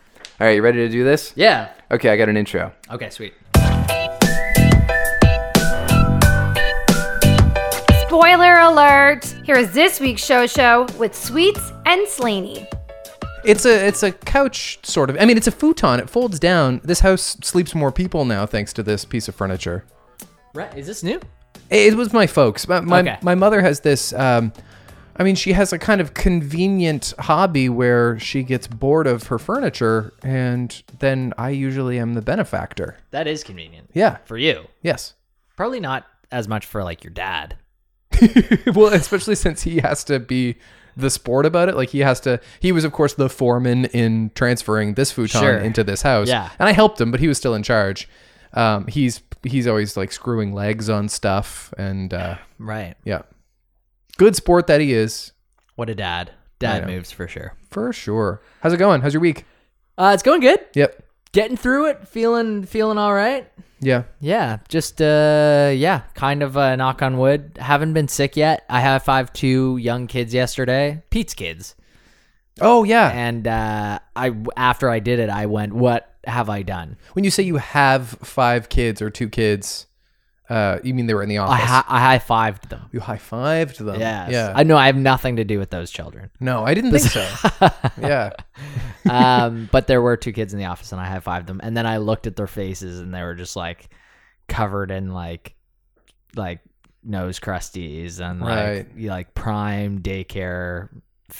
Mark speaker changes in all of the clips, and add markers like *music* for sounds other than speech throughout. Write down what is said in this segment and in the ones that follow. Speaker 1: All right, you ready to do this?
Speaker 2: Yeah.
Speaker 1: Okay, I got an intro.
Speaker 2: Okay, sweet.
Speaker 3: Spoiler alert! Here is this week's show show with Sweets and Slaney.
Speaker 4: It's a it's a couch sort of. I mean, it's a futon. It folds down. This house sleeps more people now thanks to this piece of furniture.
Speaker 2: Right. Is this new?
Speaker 4: It, it was my folks. My my,
Speaker 2: Okay.
Speaker 4: my mother has this. Um, I mean, she has a kind of convenient hobby where she gets bored of her furniture, and then I usually am the benefactor.
Speaker 2: That is convenient.
Speaker 4: Yeah.
Speaker 2: For you.
Speaker 4: Yes.
Speaker 2: Probably not as much for like your dad.
Speaker 4: *laughs* well, especially since he has to be the sport about it. Like he has to. He was, of course, the foreman in transferring this futon
Speaker 2: Sure.
Speaker 4: into this house.
Speaker 2: Yeah.
Speaker 4: and I helped him, but he was still in charge. Um, he's he's always like screwing legs on stuff, and uh,
Speaker 2: Right.
Speaker 4: yeah, good sport that he is
Speaker 2: What a dad. Dad moves for sure.
Speaker 4: for sure. How's it going? How's your week?
Speaker 2: Uh, it's going good.
Speaker 4: Yep.
Speaker 2: Getting through it. Feeling feeling all right.
Speaker 4: Yeah.
Speaker 2: Yeah, just uh, yeah, kind of uh, knock on wood. Haven't been sick yet. I high five two young kids yesterday, Pete's kids,
Speaker 4: Oh yeah.
Speaker 2: and uh, I after I did it, I went, "What have I done?
Speaker 4: when you say you have five kids or two kids, uh, you mean they were in the
Speaker 2: I
Speaker 4: office?
Speaker 2: hi- I high fived them."
Speaker 4: you high fived them.
Speaker 2: Yes.
Speaker 4: Yeah.
Speaker 2: I know I have nothing to do with those children.
Speaker 4: no, I didn't think so.
Speaker 2: *laughs*
Speaker 4: yeah.
Speaker 2: Um, *laughs* but there were two kids in the office, and I high fived them, and then I looked at their faces, and they were just like covered in like like nose crusties and like
Speaker 4: Right.
Speaker 2: you- like prime daycare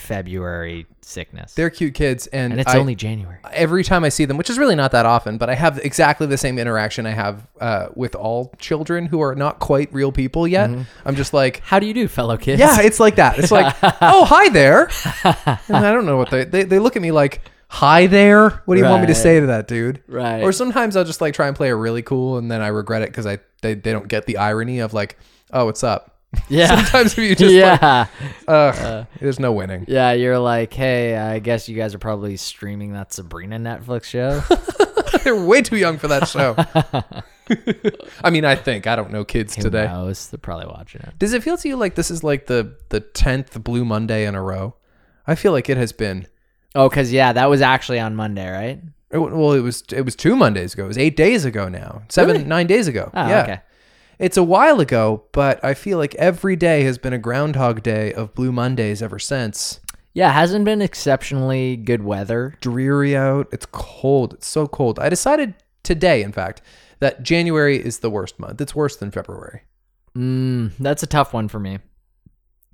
Speaker 2: February sickness.
Speaker 4: They're cute kids, and,
Speaker 2: and it's
Speaker 4: I-
Speaker 2: only January.
Speaker 4: every time I see them, which is really not that often, but I have exactly the same interaction I have uh, with all children who are not quite real people yet.
Speaker 2: Mm-hmm.
Speaker 4: I'm
Speaker 2: *laughs*
Speaker 4: just like,
Speaker 2: How do you do, fellow kids?
Speaker 4: yeah, it's like that.
Speaker 2: *laughs*
Speaker 4: It's like, oh, hi there. And I don't know what they, they they look at me like, hi there. What do you want me to
Speaker 2: Right.
Speaker 4: say to that dude?
Speaker 2: Right.
Speaker 4: Or sometimes I'll just like try and play a really cool, and then I regret it because I they, they don't get the irony of like, oh, what's up. *laughs*
Speaker 2: *laughs* yeah,
Speaker 4: Sometimes if
Speaker 2: *laughs*
Speaker 4: you just yeah. like,
Speaker 2: yeah, Uh,
Speaker 4: ugh, there's no winning.
Speaker 2: yeah. You're like, hey, I guess you guys are probably streaming that Sabrina Netflix show.
Speaker 4: They're way too young for
Speaker 2: *laughs*
Speaker 4: that show. I mean, I think I don't know kids
Speaker 2: Who
Speaker 4: *laughs* today.
Speaker 2: knows? They're probably watching it.
Speaker 4: Does it feel to you like this is like the the tenth Blue Monday in a row? I feel like it has been.
Speaker 2: Oh, cause yeah, that was actually on Monday, right?
Speaker 4: it w- well, it was it was two Mondays ago. It was eight days ago now. Seven nine days ago.
Speaker 2: Oh,
Speaker 4: yeah,
Speaker 2: okay.
Speaker 4: it's a while ago, but I feel like every day has been a Groundhog Day of Blue Mondays ever since.
Speaker 2: Yeah, hasn't been exceptionally good weather.
Speaker 4: Dreary out. It's cold. It's so cold. I decided today, in fact, that January is the worst month. It's worse than February.
Speaker 2: Mm, that's a tough one for me.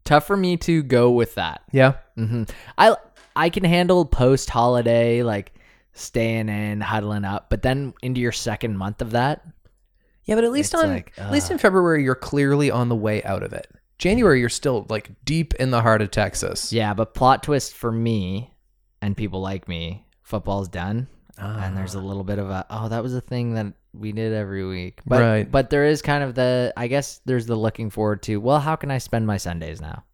Speaker 2: Tough for me to go with that.
Speaker 4: Yeah.
Speaker 2: hmm I I can handle post holiday like staying in, huddling up, but then into your second month of that,
Speaker 4: Yeah, but at least
Speaker 2: It's
Speaker 4: on
Speaker 2: like, uh,
Speaker 4: at least in February you're clearly on the way out of it. January you're still like deep in the heart of Texas.
Speaker 2: Yeah, but plot twist for me and people like me, football's done.
Speaker 4: Ah.
Speaker 2: And there's a little bit of a oh, that was a thing that we did every week. But
Speaker 4: Right.
Speaker 2: but there is kind of the I guess there's the looking forward to, well, how can I spend my Sundays now?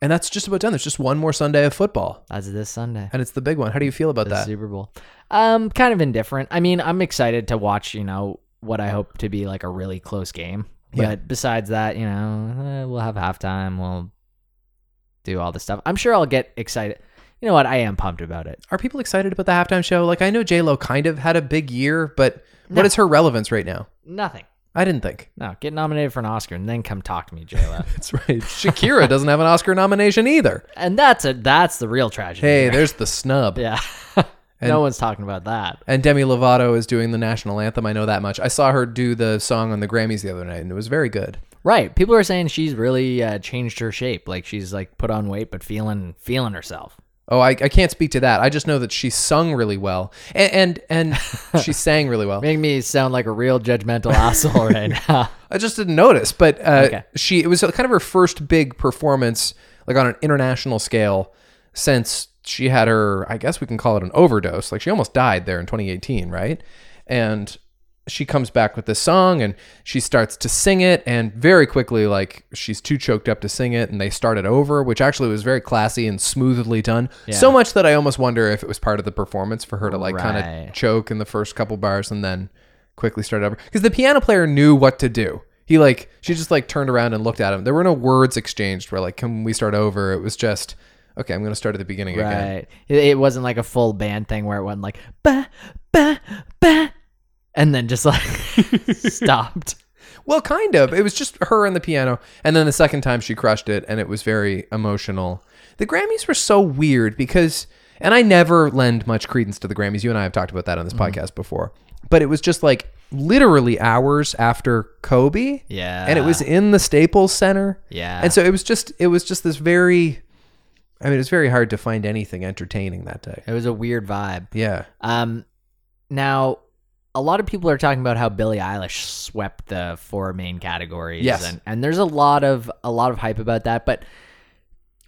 Speaker 4: And that's just about done. There's just one more Sunday of football.
Speaker 2: That's this Sunday.
Speaker 4: And it's the big one. How do you feel about
Speaker 2: The
Speaker 4: that?
Speaker 2: Super Bowl. Um, kind of indifferent. I mean, I'm excited to watch, you know, what I hope to be like a really close game. But
Speaker 4: Yeah.
Speaker 2: besides that, you know, eh, we'll have halftime, we'll do all this stuff. I'm sure I'll get excited. You know what? I am pumped about it.
Speaker 4: Are people excited about the halftime show? Like I know J Lo kind of had a big year, but what is her relevance right now?
Speaker 2: Nothing.
Speaker 4: I didn't
Speaker 2: *laughs*
Speaker 4: think.
Speaker 2: No, get nominated for an Oscar and then come talk to me,
Speaker 4: *laughs*
Speaker 2: JLo.
Speaker 4: That's right.
Speaker 2: *laughs*
Speaker 4: Shakira doesn't have an Oscar nomination either.
Speaker 2: and that's a that's the real tragedy.
Speaker 4: Hey, there's the
Speaker 2: *laughs*
Speaker 4: snub.
Speaker 2: yeah,
Speaker 4: And-
Speaker 2: no one's talking about that.
Speaker 4: And Demi Lovato is doing the national anthem. I know that much. I saw her do the song on the Grammys the other night, and it was very good.
Speaker 2: Right? People are saying she's really uh, changed her shape. Like she's like put on weight, but feeling feeling herself.
Speaker 4: Oh, I, I can't speak to that. I just know that she sung really well, and and, and she sang really well.
Speaker 2: Make me sound like a real judgmental asshole right now.
Speaker 4: I just didn't notice, but uh,
Speaker 2: Okay.
Speaker 4: she it was kind of her first big performance, like on an international scale, since she had her. I guess we can call it an overdose. Like she almost died there in 2018, right? And she comes back with this song, and she starts to sing it, and very quickly, like she's too choked up to sing it, and they start it over, which actually was very classy and smoothly done. So much that I almost wonder if it was part of the performance for her to like kind
Speaker 2: Right.
Speaker 4: of choke in the first couple bars and then quickly started over because the piano player knew what to do. He like she just like turned around and looked at him. There were no words exchanged where like can we start over? It was just Okay, I'm going to start at the beginning again.
Speaker 2: Right. It, it wasn't like a full band thing where it went like ba ba ba, and then just like stopped.
Speaker 4: Well, kind of. It was just her and the piano. And then the second time she crushed it and it was very emotional. The Grammys were so weird because, and I never lend much credence to the Grammys. You and I have talked about that on this
Speaker 2: Mm-hmm.
Speaker 4: podcast before. But it was just like literally hours after Kobe.
Speaker 2: Yeah.
Speaker 4: And it was in the Staples Center.
Speaker 2: Yeah.
Speaker 4: And so it was just, it was just this very, I mean, it was very hard to find anything entertaining that day.
Speaker 2: It was a weird vibe.
Speaker 4: Yeah.
Speaker 2: Um, now a lot of people are talking about how Billie Eilish swept the four main categories.
Speaker 4: Yes.
Speaker 2: and, and there's a lot of a lot of hype about that, but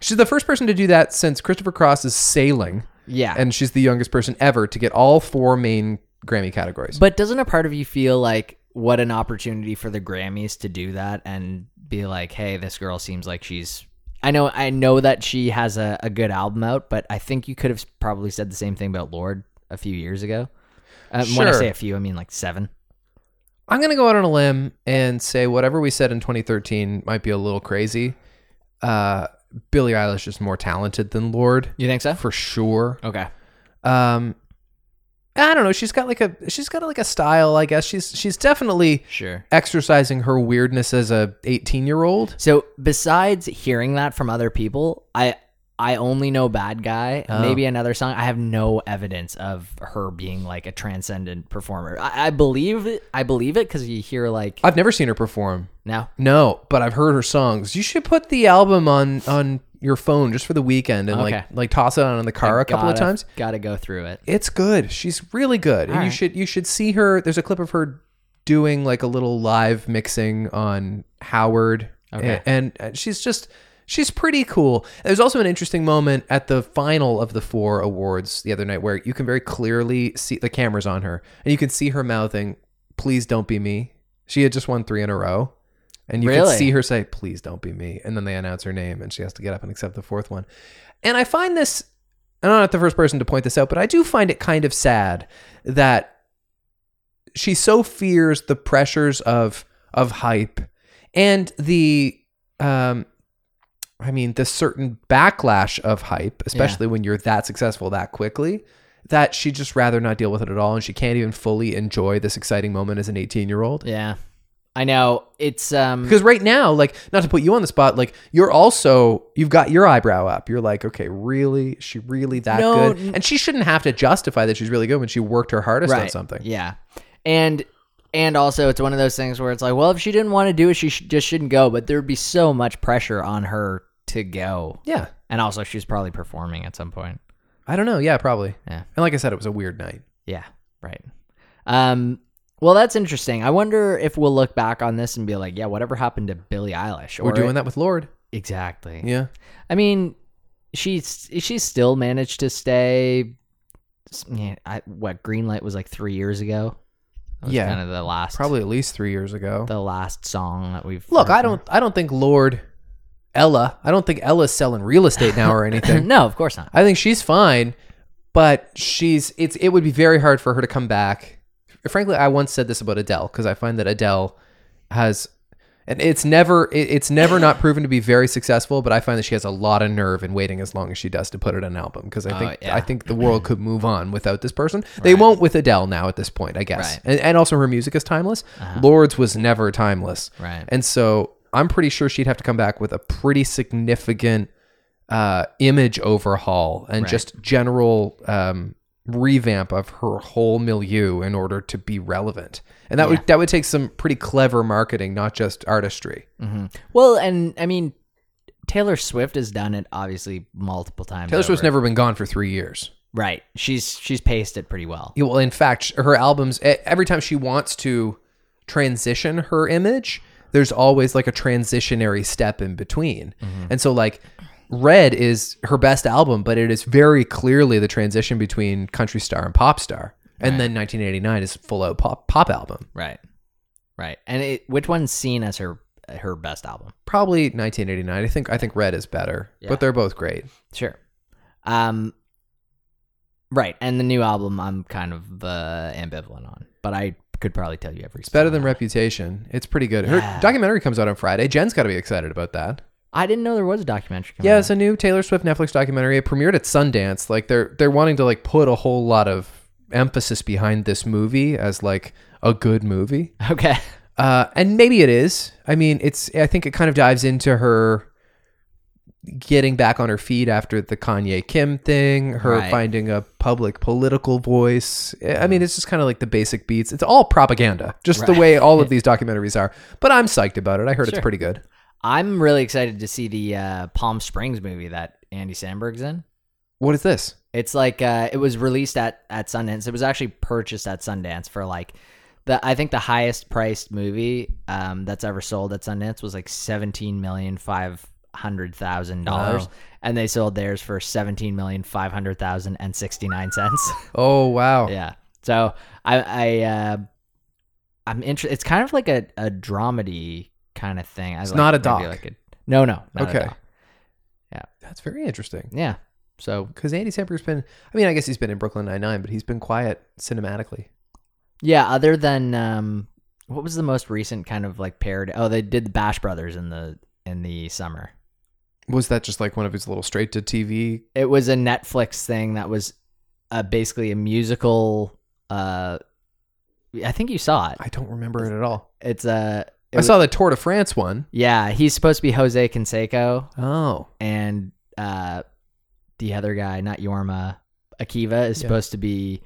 Speaker 4: She's the first person to do that since Christopher Cross is sailing.
Speaker 2: yeah,
Speaker 4: and she's the youngest person ever to get all four main Grammy categories.
Speaker 2: but doesn't a part of you feel like what an opportunity for the Grammys to do that and be like, hey, this girl seems like she's. I know, I know that she has a, a good album out, but I think you could have probably said the same thing about Lord a few years ago. Uh, When I
Speaker 4: Sure.
Speaker 2: say a few, I mean like seven.
Speaker 4: I'm going to go out on a limb and say whatever we said in 2013 might be a little crazy. Uh, Billie Eilish is more talented than Lord
Speaker 2: You think so?
Speaker 4: for sure.
Speaker 2: Okay.
Speaker 4: Um, I don't know. She's got like a she's got like a style. I guess she's she's definitely
Speaker 2: Sure.
Speaker 4: exercising her weirdness as a 18 year old.
Speaker 2: So besides hearing that from other people, I I only know Bad Guy,
Speaker 4: Oh.
Speaker 2: maybe another song. I have no evidence of her being like a transcendent performer. I, I believe it. I believe it because you hear like
Speaker 4: I've never seen her perform.
Speaker 2: now.
Speaker 4: No, but I've heard her songs. You should put the album on on your phone just for the weekend and
Speaker 2: Okay.
Speaker 4: like like toss it on in the car a couple of
Speaker 2: gotta-
Speaker 4: times.
Speaker 2: Gotta go through it.
Speaker 4: It's good. She's really good. and you
Speaker 2: right.
Speaker 4: should you should see her. There's a clip of her doing like a little live mixing on Howard.
Speaker 2: Okay.
Speaker 4: A- And, uh, she's just she's pretty cool. There's also an interesting moment at the final of the four awards the other night where you can very clearly see the cameras on her and you can see her mouthing, "Please don't be me." She had just won 3 in a row. And you
Speaker 2: Really?
Speaker 4: can see her say, "Please don't be me," and then they announce her name, and she has to get up and accept the fourth one. And I find this I'm not the first person to point this out, but I do find it kind of sad that she so fears the pressures of of hype and the um I mean the certain backlash of hype, especially when you're that successful that quickly, that she just rather not deal with it at all and she can't even fully enjoy this exciting moment as an 18-year-old.
Speaker 2: Yeah, I know it's um.
Speaker 4: Because right now, like, not to put you on the spot, like, you're also you've got your eyebrow up. You're like, okay, really? Is she really that
Speaker 2: No,
Speaker 4: good? And she shouldn't have to justify that she's really good when she worked her hardest on something.
Speaker 2: Yeah, and and also it's one of those things where it's like, well, if she didn't want to do it, she sh- just shouldn't go. But there would be so much pressure on her to go,
Speaker 4: Yeah.
Speaker 2: and also she's probably performing at some point.
Speaker 4: I don't know. Yeah, probably.
Speaker 2: Yeah.
Speaker 4: And like I said, it was a weird night.
Speaker 2: Yeah, right. Um, well, that's interesting. I wonder if we'll look back on this and be like, yeah, whatever happened to Billie Eilish?
Speaker 4: We're doing that with Lord.
Speaker 2: exactly.
Speaker 4: Yeah.
Speaker 2: I mean, she's she still managed to stay. Yeah, I, what Greenlight was like three years ago. That was
Speaker 4: Yeah.
Speaker 2: kind of the last,
Speaker 4: Probably at least three years ago.
Speaker 2: the last song that we've
Speaker 4: Look,
Speaker 2: heard
Speaker 4: I don't I don't think Lord Ella, I don't think Ella's selling real estate now
Speaker 2: from
Speaker 4: or
Speaker 2: her. *laughs*
Speaker 4: anything.
Speaker 2: no, of course not.
Speaker 4: I think she's fine, but she's it's it would be very hard for her to come back. Frankly, I once said this about Adele because I find that Adele has and it's never it, it's never not proven to be very successful, but I find that she has a lot of nerve in waiting as long as she does to put out an album because I
Speaker 2: Oh,
Speaker 4: think
Speaker 2: yeah.
Speaker 4: I think the world could move on without this person. They won't with Adele now at this point, I guess.
Speaker 2: Right. Uh-huh.
Speaker 4: And, and also her music is timeless. Lords was never timeless.
Speaker 2: Right.
Speaker 4: And so I'm pretty sure she'd have to come back with a pretty significant uh, image overhaul and just general um, revamp of her whole milieu in order to be relevant. And that would that would take some pretty clever marketing, not just artistry.
Speaker 2: Well, and I mean, Taylor Swift has done it obviously multiple times.
Speaker 4: Taylor Swift's
Speaker 2: over.
Speaker 4: never been gone for three years.
Speaker 2: right. She's she's paced it pretty well.
Speaker 4: Yeah, well, in fact, sh- her albums e- every time she wants to transition her image, there's always like a transitionary step in between.
Speaker 2: Mm-hmm.
Speaker 4: And so like Red is her best album, but it is very clearly the transition between country star and pop star. And then 1989 is full out pop pop album.
Speaker 2: Right. Right. And it, which one's seen as her her best album?
Speaker 4: Probably 1989. I think I think Red is better,
Speaker 2: Yeah.
Speaker 4: but they're both great.
Speaker 2: Sure. Um Right, and the new album I'm kind of uh, ambivalent on, but I could probably tell you every
Speaker 4: It's better than Reputation. It's pretty good. Her
Speaker 2: Yeah.
Speaker 4: documentary comes out on Friday. Jen's got to be excited about that.
Speaker 2: I didn't know there was a documentary coming
Speaker 4: Yeah,
Speaker 2: out.
Speaker 4: it's a new Taylor Swift Netflix documentary. It premiered at Sundance. Like they're they're wanting to like put a whole lot of emphasis behind this movie as like a good movie.
Speaker 2: *laughs* Okay.
Speaker 4: Uh, and maybe it is. I mean, it's. I think it kind of dives into her getting back on her feet after the Kanye Kim thing, her
Speaker 2: Right. Mm.
Speaker 4: finding a public political voice. I- I mean, it's just kind of like the basic beats. It's all propaganda, just the
Speaker 2: *laughs*
Speaker 4: way all of these documentaries are. But I'm psyched about it. I heard it's pretty good.
Speaker 2: I'm really excited to see the uh, Palm Springs movie that Andy Sandberg's in.
Speaker 4: What is this?
Speaker 2: It's like uh, it was released at at Sundance. It was actually purchased at Sundance for like the I think the highest priced movie um, that's ever sold at Sundance was like seventeen million five hundred thousand dollars,
Speaker 4: Wow.
Speaker 2: and they sold theirs for seventeen million five hundred thousand and sixty nine cents.
Speaker 4: *laughs* Oh wow!
Speaker 2: yeah, so I I uh, I'm interested. It's kind of like a a dramedy kind of thing. I
Speaker 4: It's
Speaker 2: like-
Speaker 4: not a
Speaker 2: maybe
Speaker 4: doc.
Speaker 2: Like a, no, no, not a
Speaker 4: Okay.
Speaker 2: doc.
Speaker 4: That's very interesting.
Speaker 2: Yeah. So
Speaker 4: Because Andy Samberg's been. I mean, I guess he's been in Brooklyn Nine Nine, but he's been quiet cinematically.
Speaker 2: Yeah, other than um, what was the most recent kind of like parody? Oh, they did the Bash Brothers in the in the summer.
Speaker 4: Was that just like one of his little straight to TV?
Speaker 2: It was a Netflix thing that was uh, basically a musical. Uh, I think you saw it.
Speaker 4: I don't remember it at all.
Speaker 2: It's a. it
Speaker 4: I
Speaker 2: was-
Speaker 4: saw the Tour de France one.
Speaker 2: Yeah, he's supposed to be Jose Canseco
Speaker 4: Oh,
Speaker 2: and uh, the other guy, not Yorma, Akiva is
Speaker 4: Yeah.
Speaker 2: supposed to be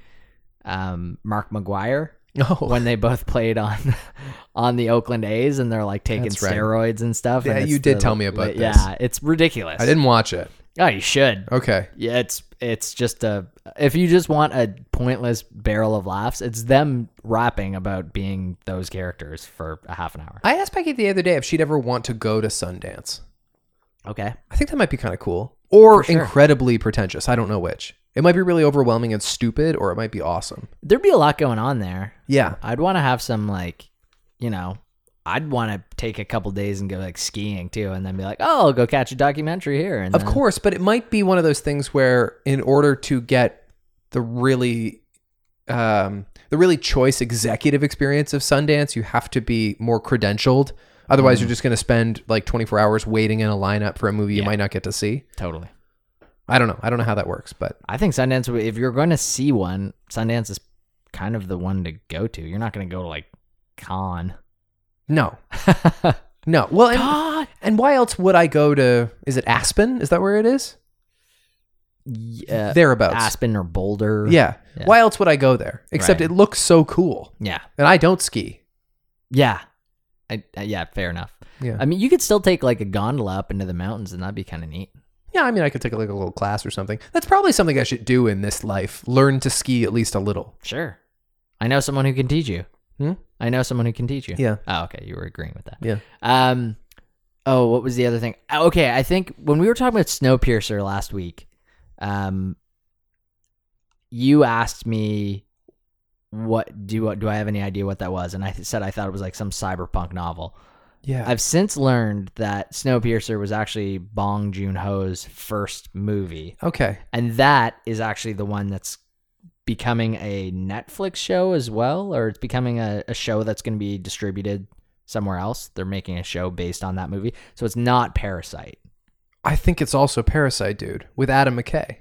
Speaker 2: um, Mark McGuire.
Speaker 4: *laughs* oh,
Speaker 2: when they both played on *laughs* on the Oakland A's and they're like taking
Speaker 4: That's right.
Speaker 2: steroids and stuff. and
Speaker 4: Yeah,
Speaker 2: it's
Speaker 4: you did
Speaker 2: the-
Speaker 4: tell me about
Speaker 2: Yeah, it's ridiculous.
Speaker 4: I didn't watch it.
Speaker 2: Oh, you should.
Speaker 4: Okay,
Speaker 2: Yeah, it's it's just a if you just want a pointless barrel of laughs, it's them rapping about being those characters for a half an hour.
Speaker 4: I asked Becky the other day if she'd ever want to go to Sundance.
Speaker 2: Okay.
Speaker 4: I think that might be kind of cool or
Speaker 2: For sure.
Speaker 4: incredibly pretentious. I don't know which. It might be really overwhelming and stupid, or it might be awesome.
Speaker 2: There'd be a lot going on there.
Speaker 4: Yeah,
Speaker 2: I'd want to have some like, you know, I'd want to take a couple days and go like skiing too, and then be like, oh, I'll go catch a documentary here. And
Speaker 4: Of
Speaker 2: then-
Speaker 4: course, but it might be one of those things where, in order to get the really, um, the really choice executive experience of Sundance, you have to be more credentialed. Otherwise, you're just going to spend like 24 hours waiting in a lineup for a movie you
Speaker 2: Mm. Yeah.
Speaker 4: might not get to see.
Speaker 2: totally.
Speaker 4: I don't know. I don't know how that works, but
Speaker 2: I think Sundance. would- If you're going to see one, Sundance is kind of the one to go to. You're not going to go to like con. *laughs*
Speaker 4: no, no. Well, and,
Speaker 2: God.
Speaker 4: and why else would I go to? Is it Aspen? Is that where it is?
Speaker 2: Yeah.
Speaker 4: Thereabouts.
Speaker 2: Aspen or Boulder.
Speaker 4: Yeah.
Speaker 2: Uh, Yeah.
Speaker 4: Why else would I go there? Except
Speaker 2: Right.
Speaker 4: it looks so cool,
Speaker 2: Yeah.
Speaker 4: and I don't ski.
Speaker 2: Yeah. I, I- yeah. Fair enough.
Speaker 4: Yeah.
Speaker 2: I mean, you could still take like a gondola up into the mountains, and that'd be kind of neat.
Speaker 4: Yeah, I mean, I could take like a little class or something. That's probably something I should do in this life. Learn to ski at least a little.
Speaker 2: Sure. I know someone who can teach you.
Speaker 4: Hmm?
Speaker 2: I know someone who can teach you.
Speaker 4: Yeah.
Speaker 2: Oh, okay. You were agreeing with that.
Speaker 4: Yeah.
Speaker 2: Um, oh, what was the other thing? Okay, I think when we were talking about Snowpiercer last week, um, you asked me what do do I have any idea what that was, and I said I thought it was like some cyberpunk novel.
Speaker 4: Yeah.
Speaker 2: I've since learned that Snowpiercer was actually Bong Joon Ho's first movie,
Speaker 4: okay.
Speaker 2: and that is actually the one that's becoming a Netflix show as well, or it's becoming a, a show that's going to be distributed somewhere else. They're making a show based on that movie, so it's not Parasite.
Speaker 4: I think it's also Parasite, dude, with Adam McKay.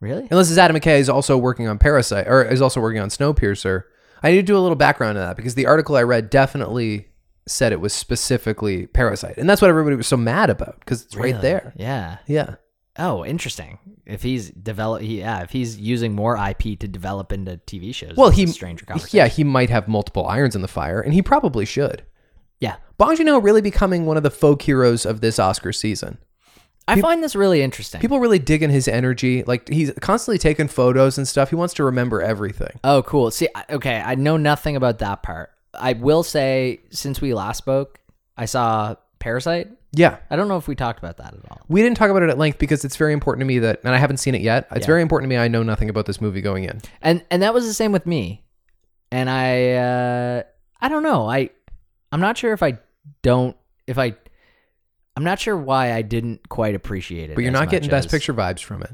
Speaker 2: Really?
Speaker 4: Unless it's Adam McKay is also working on Parasite or is also working on Snowpiercer. I need to do a little background on that because the article I read definitely said it was specifically Parasite, and that's what everybody was so mad about because it's right
Speaker 2: Really?
Speaker 4: there.
Speaker 2: Yeah.
Speaker 4: Yeah.
Speaker 2: Oh, interesting. If he's develop, he- yeah, if he's using more IP to develop into TV shows,
Speaker 4: Well,
Speaker 2: that's a
Speaker 4: he
Speaker 2: stranger conversation.
Speaker 4: yeah he might have multiple irons in the fire, and he probably should.
Speaker 2: yeah.
Speaker 4: Bong Joon-ho really becoming one of the folk heroes of this Oscar season.
Speaker 2: I find this really interesting.
Speaker 4: People really digging his energy. Like he's constantly taking photos and stuff. He wants to remember everything.
Speaker 2: Oh, cool. See, I- okay, I know nothing about that part. I will say, since we last spoke, I saw Parasite.
Speaker 4: Yeah.
Speaker 2: I don't know if we talked about that at all.
Speaker 4: We didn't talk about it at length because it's very important to me that, and I haven't seen it yet. It's
Speaker 2: Yeah.
Speaker 4: very important to me. I know nothing about this movie going in.
Speaker 2: And and that was the same with me. And I uh I don't know. I I'm not sure if I don't if I I'm not sure why I didn't quite appreciate it.
Speaker 4: But you're
Speaker 2: as
Speaker 4: not getting
Speaker 2: much
Speaker 4: Best
Speaker 2: as-
Speaker 4: Picture vibes from it.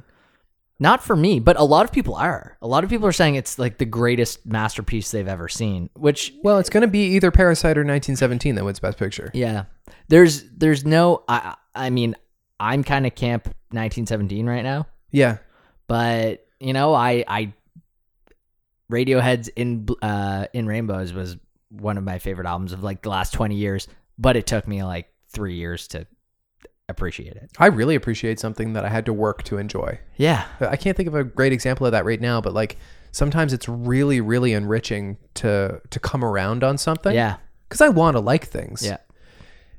Speaker 2: Not for me, but a lot of people are. A lot of people are saying it's like the greatest masterpiece they've ever seen, which
Speaker 4: Well, it's going to be either Parasite or 1917 that wins Best Picture.
Speaker 2: yeah. There's there's no I I mean, I'm kind of camp 1917 right now,
Speaker 4: Yeah.
Speaker 2: but you know, I I Radiohead's in Bl- uh in Rainbows was one of my favorite albums of like the last 20 years, but it took me like 3 years to appreciate it.
Speaker 4: I really appreciate something that I had to work to enjoy. Uh,
Speaker 2: Yeah.
Speaker 4: I can't think of a great example of that right now, but like sometimes it's really, really enriching to to come around on something.
Speaker 2: Yeah.
Speaker 4: Because I want to like things.
Speaker 2: Yeah.